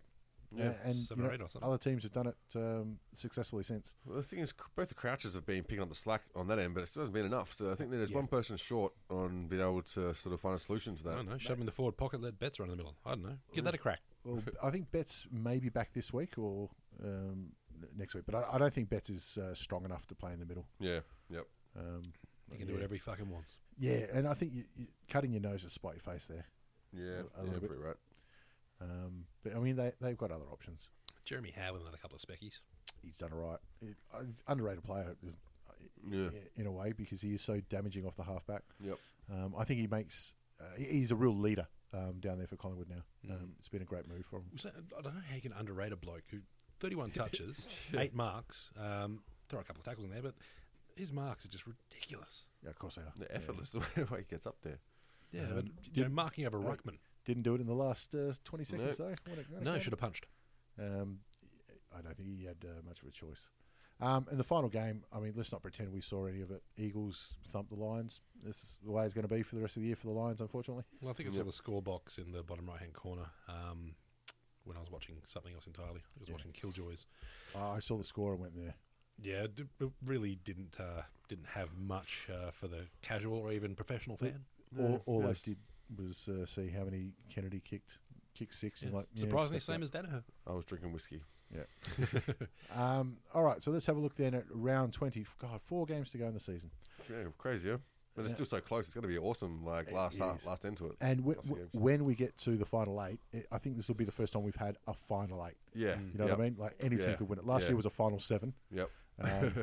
S4: Yeah,
S2: Uh, and you
S3: seven or
S2: know,
S3: eight or something.
S2: other teams have done it um, successfully since.
S4: Well, the thing is, c- both the Crouches have been picking up the slack on that end, but it still hasn't been enough. So I think there's one person short on being able to sort of find a solution to
S3: I
S4: that.
S3: don't know. Shove 'em in the forward pocket. Let bets run in the middle. I don't know. Give that a crack.
S2: Well, I think Betts may be back this week or um, n- next week, but I, I don't think Betts is uh, strong enough to play in the middle.
S4: Yeah. Yep.
S2: Um,
S3: You can do whatever he fucking wants.
S2: yeah, and I think you, you, cutting your nose to spite your face there.
S4: Yeah.
S2: A little
S4: yeah.
S2: bit.
S4: Pretty right.
S2: Um, but I mean, they, they've got other options.
S3: Jeremy Howe with another couple of speckies.
S2: He's done all right. He- uh, He's underrated player is-
S4: Yeah.
S2: i- in a way because he is so damaging off the halfback.
S4: Yep.
S2: Um, I think he makes. Uh, he- he's a real leader um, down there for Collingwood now. Um, it's been a great move for him.
S3: Was that- I don't know how you can underrate a bloke who (laughs) 31 touches, eight marks. Um, throw a couple of tackles in there, but his marks are just ridiculous.
S2: Yeah, of course they are.
S4: The effortless (laughs) the way he gets up there.
S3: Yeah, Oh, but, Um, you know, marking over Ruckman.
S2: Didn't do it in the last uh, 20 seconds, though. What a- what a
S3: No,
S2: game.
S3: should have punched.
S2: Um, I don't think he had uh, much of a choice. Um, in the final game, I mean, let's not pretend we saw any of it. Eagles thumped the Lions. This is the way it's going to be for the rest of the year for the Lions, unfortunately.
S3: Well, I think it's on the score box in the bottom right hand corner. Um, when I was watching something else entirely, I was watching Killjoys.
S2: Uh, I saw the score and went there.
S3: Yeah, it d- it really didn't uh, didn't have much uh, for the casual or even professional fan.
S2: all all they did was uh, see how many Kennedy kicked, kicked six.
S3: Yeah.
S2: And like, yeah,
S3: Surprisingly,
S2: stuff
S3: same
S2: like
S3: as Danaher.
S4: I was drinking whiskey.
S2: Um, all right, so let's have a look then at round twenty. God, four games to go in the season,
S4: Yeah, crazy, yeah. But it's still so close. It's going to be awesome. Like last uh, last end to it.
S2: and wh-
S4: Lots of
S2: wh-
S4: games.
S2: when we get to the final eight, it, I think this will be the first time we've had a final eight.
S4: Yeah,
S2: you know
S4: yep.
S2: what I mean. Like any team
S4: Yeah,
S2: could win it. Last
S4: yeah.
S2: year was a final seven,
S4: Yep.
S2: um,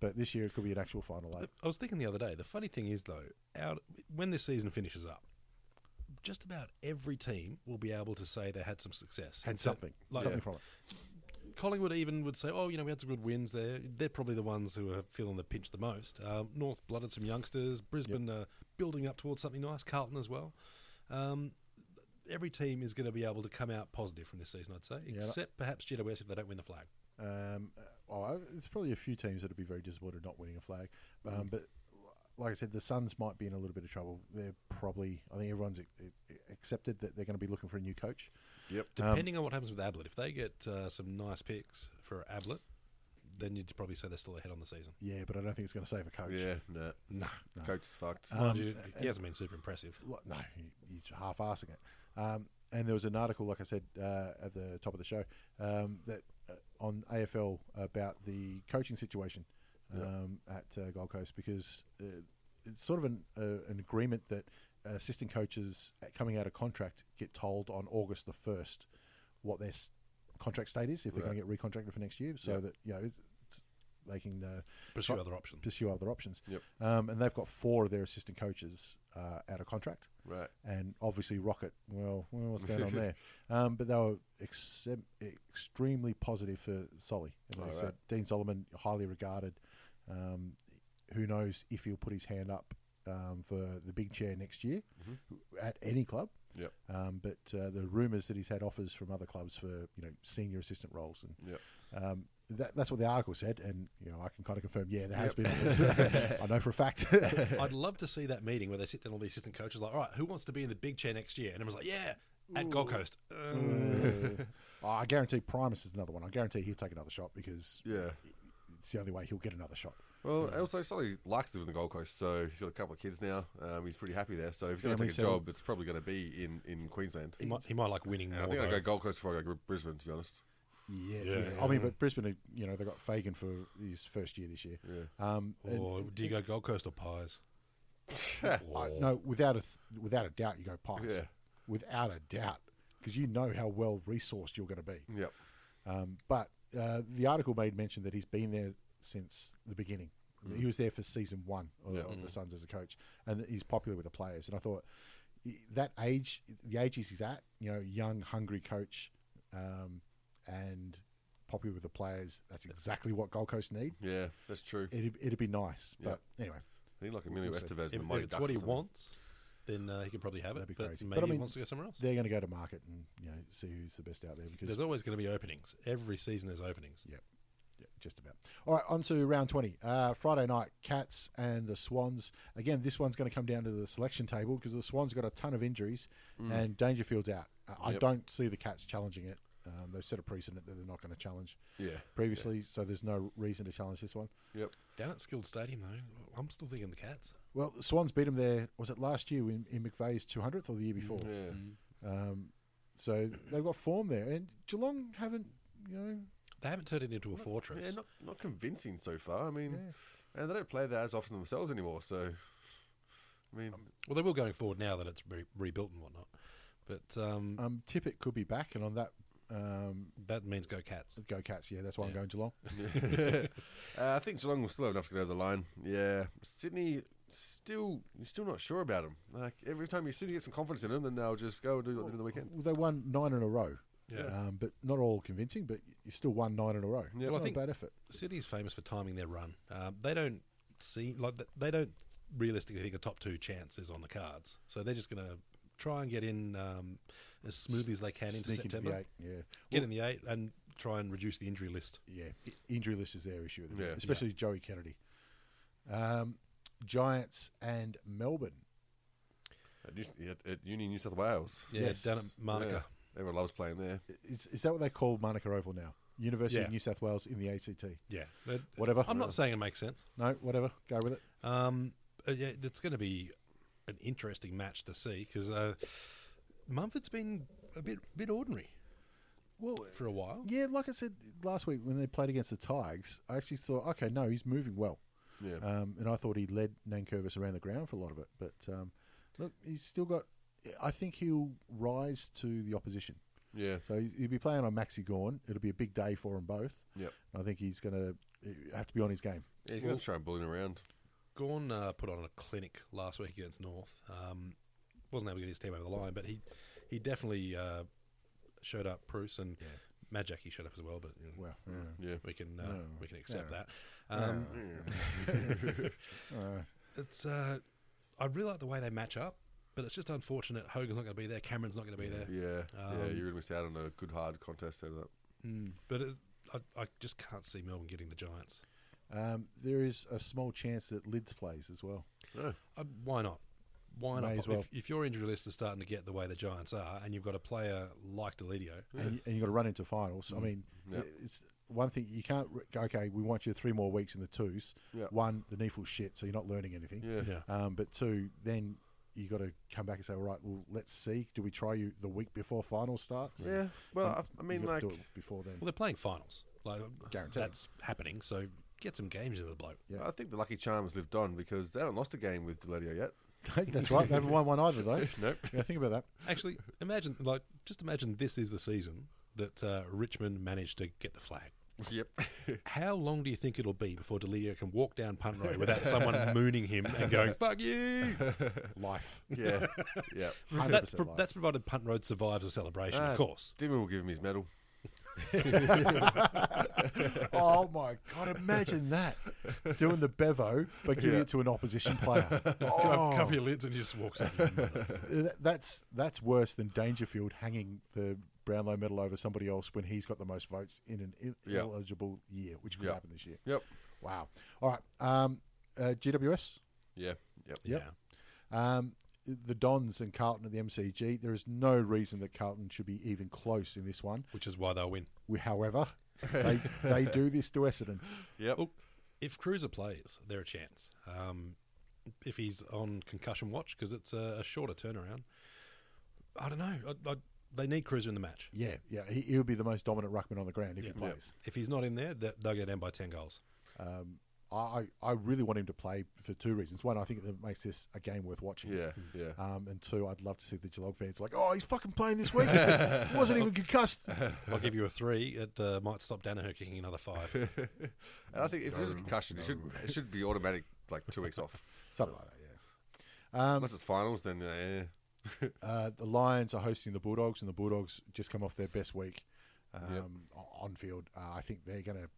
S2: but this year it could be an actual final eight.
S3: I was thinking the other day. The funny thing is, though, out when this season finishes up, just about every team will be able to say they had some success,
S2: Had
S3: And so-
S2: something, something from it.
S3: Collingwood even would say, "Oh, you know, we had some good wins there. They're probably the ones who are feeling the pinch the most." Um, North blooded some youngsters. Brisbane are building up towards something nice. Carlton as well. Um, every team is going to be able to come out positive from this season, I'd say, except perhaps GWS if they don't win the flag.
S2: Um, oh, I- there's probably a few teams that would be very disappointed not winning a flag. Um, But like I said, the Suns might be in a little bit of trouble. They're probably, I think everyone's ac- accepted that they're going to be looking for a new coach.
S4: Yep.
S2: Um,
S3: Depending on what happens with Ablett, if they get uh, some nice picks for Ablett, then you'd probably say they're still ahead on the season.
S2: Yeah, but I don't think it's going to save a coach.
S4: Yeah. No.
S3: No,
S4: Coach is fucked.
S2: Um,
S3: he hasn't been super impressive.
S2: Lo- No, he- he's half-assing it. Um, and there was an article, like I said uh, at the top of the show, um, that uh, on AFL about the coaching situation um, at uh, Gold Coast because uh, it's sort of an uh, an agreement that assistant coaches coming out of contract get told on August the first what their s- contract state is if they're going to get recontracted for next year, so that you know. It's, it's- they can uh,
S3: Pursue
S2: try-
S3: other options.
S2: Pursue other options.
S4: Yep.
S2: Um, and they've got four of their assistant coaches uh, out of contract
S4: Right.
S2: and obviously Rocket. Well, well, what's going on there? Um, but they were ex- extremely positive for Solly. And like I said, Dean Solomon, highly regarded. Um, who knows if he'll put his hand up um, for the big chair next year at any club?
S4: Yep.
S2: Um, but uh, the rumours that he's had offers from other clubs for you know senior assistant roles and
S4: Yep.
S2: um, that, that's what the article said, and you know I can kind of confirm. Yeah, there has been offers. (laughs) I know for a fact.
S3: I'd love to see that meeting where they sit down all the assistant coaches, like, all right, who wants to be in the big chair next year? And everyone's like, yeah, at Gold Coast. Um,
S2: Oh, I guarantee Primus is another one. I guarantee he'll take another shot because
S4: Yeah.
S2: it's the only way he'll get another shot.
S4: Well, and also Sully likes to live in the Gold Coast, so he's got a couple of kids now. Um, he's pretty happy there. So if he's going to
S2: Family
S4: take a
S2: settled.
S4: job, it's probably going to be in, in Queensland.
S3: he, might, he might like winning
S4: And I
S3: more.
S4: think I
S3: though.
S4: go Gold Coast before I go Gr- Brisbane. To be honest,
S2: Yeah, yeah. I mean, but Brisbane, are- you know, they got Fagan for his first year this year. Um, and
S3: Or do you go Gold Coast or Pies?
S2: I, no, without a th- without a doubt, you go Pikes.
S4: Yeah.
S2: Without a doubt, because you know how well resourced you're going to be.
S4: yep,
S2: Um, but uh, the article made mention that he's been there since the beginning.
S3: Mm.
S2: He was there for season one of, of the Suns as a coach, and he's popular with the players. And I thought i- that age, the ages he's at, you know, young, hungry coach, um, and popular with the players. That's exactly what Gold Coast need.
S4: yeah, that's
S3: Mm-hmm.
S4: true.
S2: It'd, it'd be nice, but anyway,
S4: I need like Emilio Estevez.
S3: If,
S4: and the
S3: if
S4: Mighty
S3: it's
S4: Ducks
S3: what
S4: or
S3: he
S4: something.
S3: wants, then uh, he could probably have it.
S2: That'd be
S3: but
S2: crazy. But
S3: maybe
S2: I mean,
S3: he wants to go somewhere else.
S2: they're going to go to market and you know see who's the best out there because
S3: There's always going to be openings. Every season there's openings.
S2: Yep. Yep, just about. All right, on to round 20. Uh, Friday night, Cats and the Swans. Again, this one's going to come down to the selection table because the Swans got a ton of injuries
S4: Mm.
S2: and Dangerfield's out. I, I don't see the Cats challenging it. Um, they've set a precedent that they're not going to challenge
S4: Yeah,
S2: previously, so there's no reason to challenge this one.
S4: Yep.
S3: Down at Skilled Stadium, though, I'm still thinking the Cats.
S2: Well, the Swans beat them there, was it last year in, in McVeigh's 200th or the year before?
S4: Yeah.
S2: So they've got form there. And Geelong haven't, you know,
S3: They haven't turned it into a fortress.
S4: Yeah, not, not convincing so far. I mean, and they don't play that as often themselves anymore. So, I mean,
S3: well, they will going forward now that it's re- rebuilt and whatnot. But um,
S2: um, Tippett could be back, and on that, um,
S3: that means go Cats.
S2: go Cats. Yeah, that's why I'm going Geelong.
S4: uh, I think Geelong will still have enough to go over the line. Yeah, Sydney still you're still not sure about them. Like every time you Sydney get some confidence in them, then they'll just go and do what they did on the weekend.
S2: Well, they won nine in a row.
S3: Yeah.
S2: Um, but not all convincing, but you still won nine in a row.
S4: Yeah.
S2: Yeah,
S4: Well,
S3: I
S2: not
S3: think-
S2: a bad effort.
S3: Sydney's famous for timing their run. Um, they don't see like th- they don't realistically think a top two chance is on the cards, so they're just going to try and get in um, as smoothly as they can into
S2: Sneak into
S3: September.
S2: the eight. Yeah.
S3: Get in the eight and try and reduce the injury list.
S2: Yeah. I- Injury list is their issue, at the minute,
S4: Yeah.
S2: especially Joey Kennedy. Um, Giants and Melbourne.
S4: At, New- at, at Uni New South Wales.
S3: Yeah, down at Monica.
S4: Yeah. Everyone loves playing there.
S2: Is, is that what they call Monica Oval now? University
S3: Yeah.
S2: of New South Wales in the ACT.
S3: Yeah, but
S2: Whatever.
S3: I'm not saying it makes sense.
S2: No, whatever. Go with it.
S3: Um, uh, yeah, it's going to be an interesting match to see because uh, Mumford's been a bit bit ordinary. Well, for a while.
S2: Yeah, like I said last week when they played against the Tigers, I actually thought, okay, no, he's moving well.
S4: Yeah.
S2: Um, and I thought he led Nankervis around the ground for a lot of it. But um, look, he's still got. I think he'll rise to the opposition.
S4: Yeah.
S2: So he- he'll be playing on Maxi Gorn. It'll be a big day for them both.
S4: Yep.
S2: And I think he's going to have to be on his game.
S4: Yeah, he's going to try and bully him around.
S3: Gorn uh, put on a clinic last week against North. Um, wasn't able to get his team over the line, but he he definitely uh, showed up. Bruce and Magic, he showed up as well. But you know,
S2: Well,
S4: yeah.
S3: we can uh, we can accept
S2: no.
S3: that. Um,
S4: (laughs)
S3: it's uh, I really like the way they match up, but it's just unfortunate. Hogan's not going to be there. Cameron's not going to be there.
S4: Yeah. yeah,
S3: Um,
S4: you really missed out on a good hard contest over that.
S3: Mm, but it, I, I just can't see Melbourne getting the Giants.
S2: Um, there is a small chance that Lids plays as well.
S3: Uh, why not? Why
S2: May
S3: not?
S2: as well.
S3: If, if your injury list is starting to get the way the Giants are, and you've got a player like Delidio,
S2: and, you, and you've got to run into finals.
S4: Mm.
S2: I mean, it's one thing you can't re- go, okay, we want you three more weeks in the twos.
S4: Yeah.
S2: One, the kneeful shit, so you're not learning anything.
S4: Yeah.
S3: Yeah.
S2: Um, but two, then you got to come back and say, all right, well, let's see. Do we try you the week before finals starts?
S4: Yeah. Well,
S2: And
S4: I- I mean,
S2: you've got to
S4: like-
S2: do it before then.
S3: well, they're playing finals. Like
S2: Guaranteed.
S3: that's happening. So get some games in the bloke.
S2: Yeah.
S4: I think the lucky charm has lived on because they haven't lost a game with Deledio yet.
S2: (laughs) That's right. They haven't won one either, though.
S4: (laughs) Nope.
S2: Yeah, think about that.
S3: Actually, (laughs) imagine like just imagine this is the season that uh, Richmond managed to get
S2: (laughs)
S3: the flag.
S4: (laughs) yep.
S3: How long do you think it'll be before Delidio can walk down punt road
S2: (laughs)
S3: without someone mooning him and going "fuck you"?
S2: Life.
S4: (laughs) Yeah. yeah.
S3: That's,
S2: 100%
S3: pro-
S2: life.
S3: that's provided punt road survives a celebration,
S4: Ah,
S3: of course.
S4: Dimon will give him his medal.
S2: (laughs) oh my god! Imagine
S4: (laughs)
S2: that doing the bevo, but giving it to an opposition
S4: (laughs)
S2: player.
S3: Oh.
S2: Oh.
S3: Cover your lids and he just walks (laughs) in.
S2: Th- that's that's worse than Dangerfield hanging the Brownlow medal over somebody else when he's got the most votes in an il-
S4: Yeah.
S2: eligible year, which could
S4: Yeah.
S2: happen this year.
S4: Yep.
S2: Wow. All right. Um, uh, GWS.
S4: Yeah. Yep.
S2: Yep. Um, the Dons and Carlton at the MCG. There is no reason that Carlton should be even close in this one.
S3: Which is why they'll win.
S2: We, however, they, they do this to
S4: (laughs)
S2: Essendon.
S4: Yep.
S3: If Cruiser plays, they're a chance. Um, if he's on concussion watch, because it's a, a shorter turnaround, I don't know. I, I, they need Cruiser in the match.
S2: Yeah, yeah. He, he'll be the most dominant ruckman on the ground if he plays.
S3: If he's not in there, they- they'll go down by 10 goals.
S2: I, I I really want him to play for two reasons. One, I think that makes this a game worth watching.
S4: Yeah. Yeah.
S2: Um, and two, I'd love to see the Geelong fans like, oh, he's fucking playing this week. He
S4: (laughs)
S2: wasn't even concussed.
S3: I'll give you a three. It uh, might stop Danaher kicking another five.
S4: And I think if there's a concussion, it should it should be automatic, like two weeks off.
S2: Something like that, yeah.
S4: Unless it's finals, then uh,
S2: Uh, the Lions are hosting the Bulldogs, and the Bulldogs just come off their best week um, o- on field. Uh, I think they're going to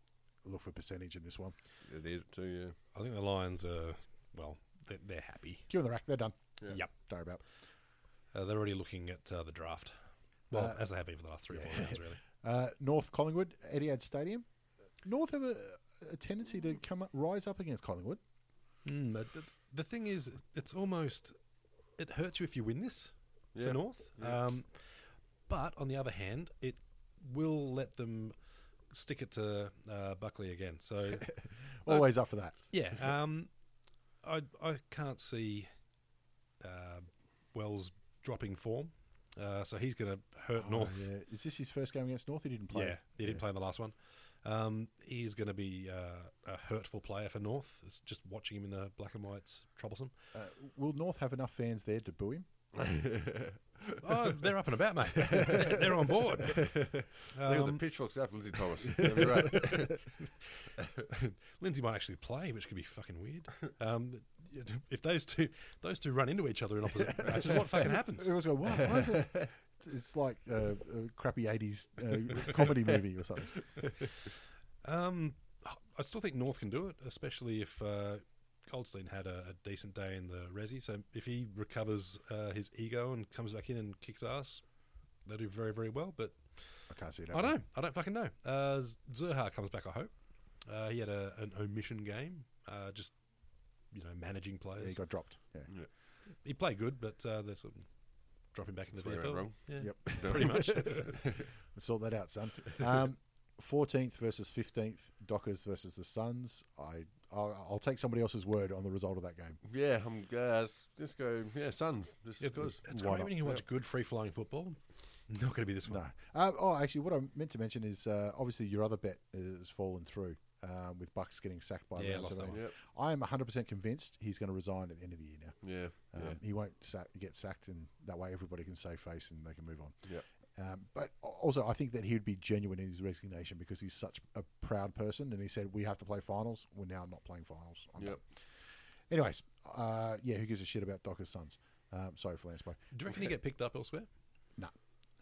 S2: look for percentage in this one.
S4: yeah, it is too. Yeah.
S3: I think the Lions are, well, they're, they're happy.
S2: Give them the rack. They're done.
S3: Yep.
S2: Don't worry about it.
S3: Uh, they're already looking at uh, the draft. Well, as they have been for the last three or four rounds, really.
S2: Uh, North Collingwood, Etihad Stadium. North have a, a tendency to come up, rise up against Collingwood.
S3: Mm, but th- the thing is, it's almost it hurts you if you win this
S4: Yeah.
S3: for North. Um, but on the other hand, it will let them stick it to uh, Buckley again. So
S4: Uh,
S2: Always up for that.
S3: yeah, um, I I can't see uh, Wells dropping form. Uh, so he's going to hurt North.
S2: Oh, Yeah. Is this his first game against North? He didn't play.
S3: (laughs) Yeah, he didn't play in the last one. Um, he's going to be uh, a hurtful player for North. It's just watching him in the black and white's troublesome.
S2: Uh, will North have enough fans there to boo him?
S3: Oh, they're up and about, mate. (laughs) They're, they're on board. (laughs)
S4: They got the pitchforks out for Lindsay Thomas. That'd be right.
S3: Lindsay might actually play, which could be fucking weird. Um, if those two those two run into each other in opposite matches, what fucking happens?
S2: Everyone's going, wow, why the-" (laughs) it's like uh, a crappy 80s uh, comedy movie or something.
S3: Um, I still think North can do it, especially if uh, Goldstein had a, a decent day in the resi. So if he recovers uh, his ego and comes back in and kicks ass, they'll do very very well. But
S2: I can't see it.
S3: I
S2: happening.
S3: don't. I don't fucking know. Uh, Z- Zerha comes back. I hope. Uh, he had a, an omission game. Uh, just you know, managing players.
S2: Yeah, he got dropped. Yeah.
S3: he played good, but uh, there's some dropping back in the
S4: That's where it
S2: (laughs)
S3: VFL.
S4: went wrong.
S3: Yeah.
S2: Yep.
S3: Pretty much.
S2: Sort that out, son. Um, Fourteenth versus fifteenth, Dockers versus the Suns. I I'll, I'll take somebody else's word on the result of that game.
S4: Yeah, I'm uh, just go. Yeah, Suns. Just
S3: It's,
S4: because.
S3: it's
S2: why
S3: great
S2: not?
S3: when you watch good free flowing football. Not going to be this one.
S2: No. Um, oh, actually, what I meant to mention is uh, obviously your other bet has fallen through um, with Bucks getting sacked by.
S3: Yeah,
S2: round
S3: lost that
S2: 17.
S3: one.
S4: Yep.
S2: I am 100% convinced he's going to resign at the end of the year now.
S4: Yeah,
S2: Um,
S4: yeah.
S2: He won't sa- get sacked, and that way everybody can save face and they can move on.
S4: Yep.
S2: Um, but al- also, I think that he would be genuine in his resignation because he's such a proud person, and he said, "We have to play finals. We're now not playing finals." I'm
S4: Yep.
S2: done." Anyways, uh, yeah, who gives a shit about Docker's sons? Um, sorry, Flansby.
S3: Do you reckon he get picked up elsewhere?
S2: No.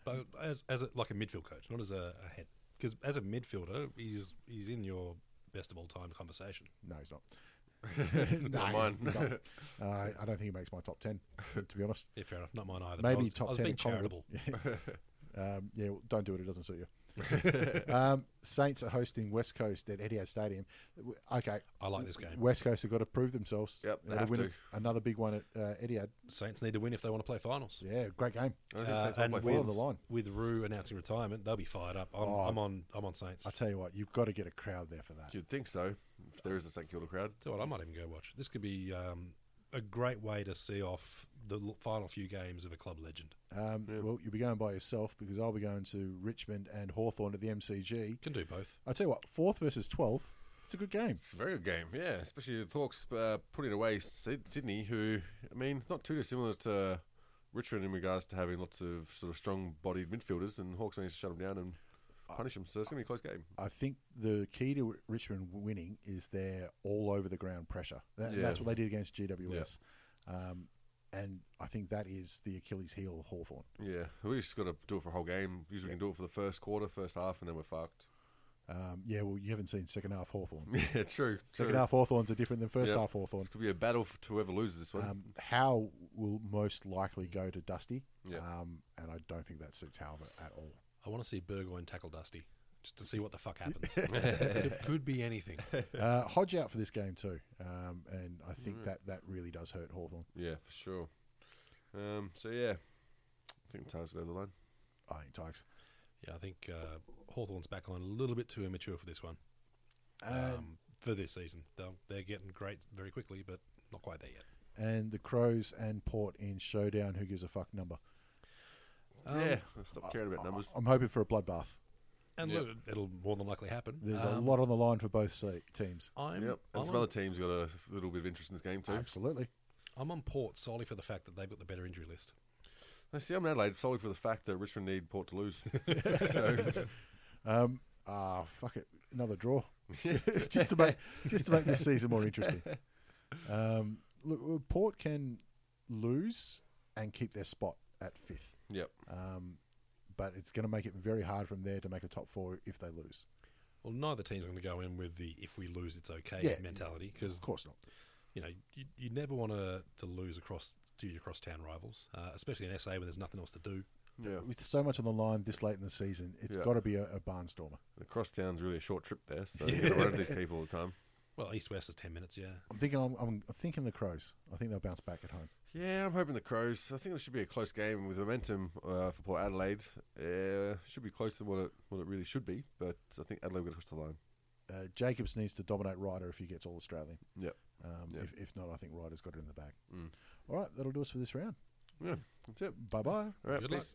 S3: But as, as a, like a midfield coach, not as a, a head. Because as a midfielder, he's he's in your best of all time conversation.
S2: No, he's
S4: (laughs)
S2: not. (laughs) no, he's
S4: mine.
S2: not.
S4: (laughs)
S2: Uh, I don't think he makes my top ten. To be honest,
S3: Yeah, fair enough. Not mine either. but I
S2: maybe
S3: was,
S2: top
S3: I was
S2: ten.
S3: being
S2: in Collingwood.
S3: charitable.
S2: um, (laughs) yeah, well, don't do it. It doesn't suit
S4: (laughs)
S2: you. um, Saints are hosting West Coast at Etihad Stadium. W- Okay,
S3: I like this game.
S2: West Coast have got to prove themselves.
S4: Yep, they
S2: Gotta
S4: have
S2: win
S4: to.
S2: it. Another big one at uh, Etihad.
S3: Saints need to win if they want to play finals.
S2: Yeah, great game.
S4: I don't think
S3: Uh,
S4: Saints will
S3: and
S4: play
S2: Well
S4: finals.
S2: on the line. Oh.
S3: With Rue announcing retirement, they'll be fired up. I'm, I'm on. I'm on Saints.
S2: I tell you what, you've got to get a crowd there for that.
S4: You'd think so. If there is a St Kilda crowd,
S3: So what, I might even go watch. This could be um, a great way to see off the l- final few games of a club legend.
S2: Um, Well, you'll be going by yourself because I'll be going to Richmond and Hawthorn at the MCG.
S3: Can do both.
S2: I tell you what, fourth versus twelfth. It's a good game.
S4: it's a very good game. Yeah, especially the Hawks uh, putting away Syd- Sydney, who I mean, not too dissimilar to Richmond in regards to having lots of sort of strong-bodied midfielders, and Hawks managed to shut them down and punish them. So it's gonna be a close game.
S2: I think the key to Richmond winning is their all over the ground pressure. That,
S4: Yeah.
S2: That's what they did against GWS. Um, and I think that is the Achilles heel of Hawthorn.
S4: Yeah, we just got to do it for a whole game. Usually we can do it for the first quarter, first half, and then we're fucked.
S2: Um, yeah, well, you haven't seen second half Hawthorn.
S4: Yeah, true.
S2: Second
S4: true.
S2: half Hawthorns are different than first
S4: Yep.
S2: half Hawthorn.
S4: This could be a battle for to whoever loses this one.
S2: Um, Howe will most likely go to Dusty.
S4: Yeah.
S2: Um, and I don't think that suits Howe at all.
S3: I want to see Burgoyne tackle Dusty just to see what the
S2: (laughs)
S3: fuck happens. it could be anything.
S2: Uh, Hodge out for this game too. Um, and I
S4: Mm.
S2: think that, that really does hurt Hawthorn.
S4: yeah, for sure. Um, so yeah, I think the Tigers will go over the line.
S2: I think Tigers.
S3: Yeah, I think uh, Hawthorne's back line a little bit too immature for this one. Um, for this season, they're, they're getting great very quickly, but not quite there yet.
S2: And the Crows and Port in showdown. Who gives a fuck number?
S4: yeah, stop caring about numbers.
S2: I'm hoping for a bloodbath.
S3: And
S4: Yep.
S3: look, it'll more than likely happen.
S2: There's
S3: Um,
S2: a lot on the line for both se- teams.
S3: I'm,
S4: Yep,
S3: I'm,
S4: and some other
S3: on,
S4: teams got a little bit of interest in this game too.
S2: Absolutely.
S3: I'm on Port solely for the fact that they've got the better injury list.
S4: I see. I'm in Adelaide solely for the fact that Richmond need Port to (laughs) lose.
S2: Um, ah, fuck it, another draw, (laughs) just to make just to make this season more interesting. Um, look, well, Port can lose and keep their spot at fifth,
S4: yep.
S2: um, but it's going to make it very hard from there to make a top four if they lose.
S3: Well, neither team's going to go in with the "if we lose, it's okay"
S2: Yeah,
S3: mentality
S2: Of
S3: because
S2: course not.
S3: you know you, you never want to to lose across to your cross town rivals, uh, especially in SA when there's nothing else to do.
S4: Yeah.
S2: With so much on the line this late in the season, it's
S4: Yeah.
S2: got to be a, a barnstormer.
S4: The cross town's really a short trip there, so you've got to run into these people all the time.
S3: Well, East West is ten minutes, yeah.
S2: I'm thinking. I'm, I'm thinking the Crows. I think they'll bounce back at home.
S4: Yeah, I'm hoping the Crows. I think it should be a close game with momentum uh, for Port Adelaide. Uh, should be closer than what it what it really should be, but I think Adelaide will get across the line.
S2: Uh, Jacobs needs to dominate Ryder if he gets all Australian.
S4: Yep.
S2: Um,
S4: Yeah.
S2: if, if not, I think Ryder's got it in the bag. All right, that'll do us for this round.
S4: Yeah. That's it.
S2: Bye bye.
S4: All right.
S3: Good luck.
S4: peace.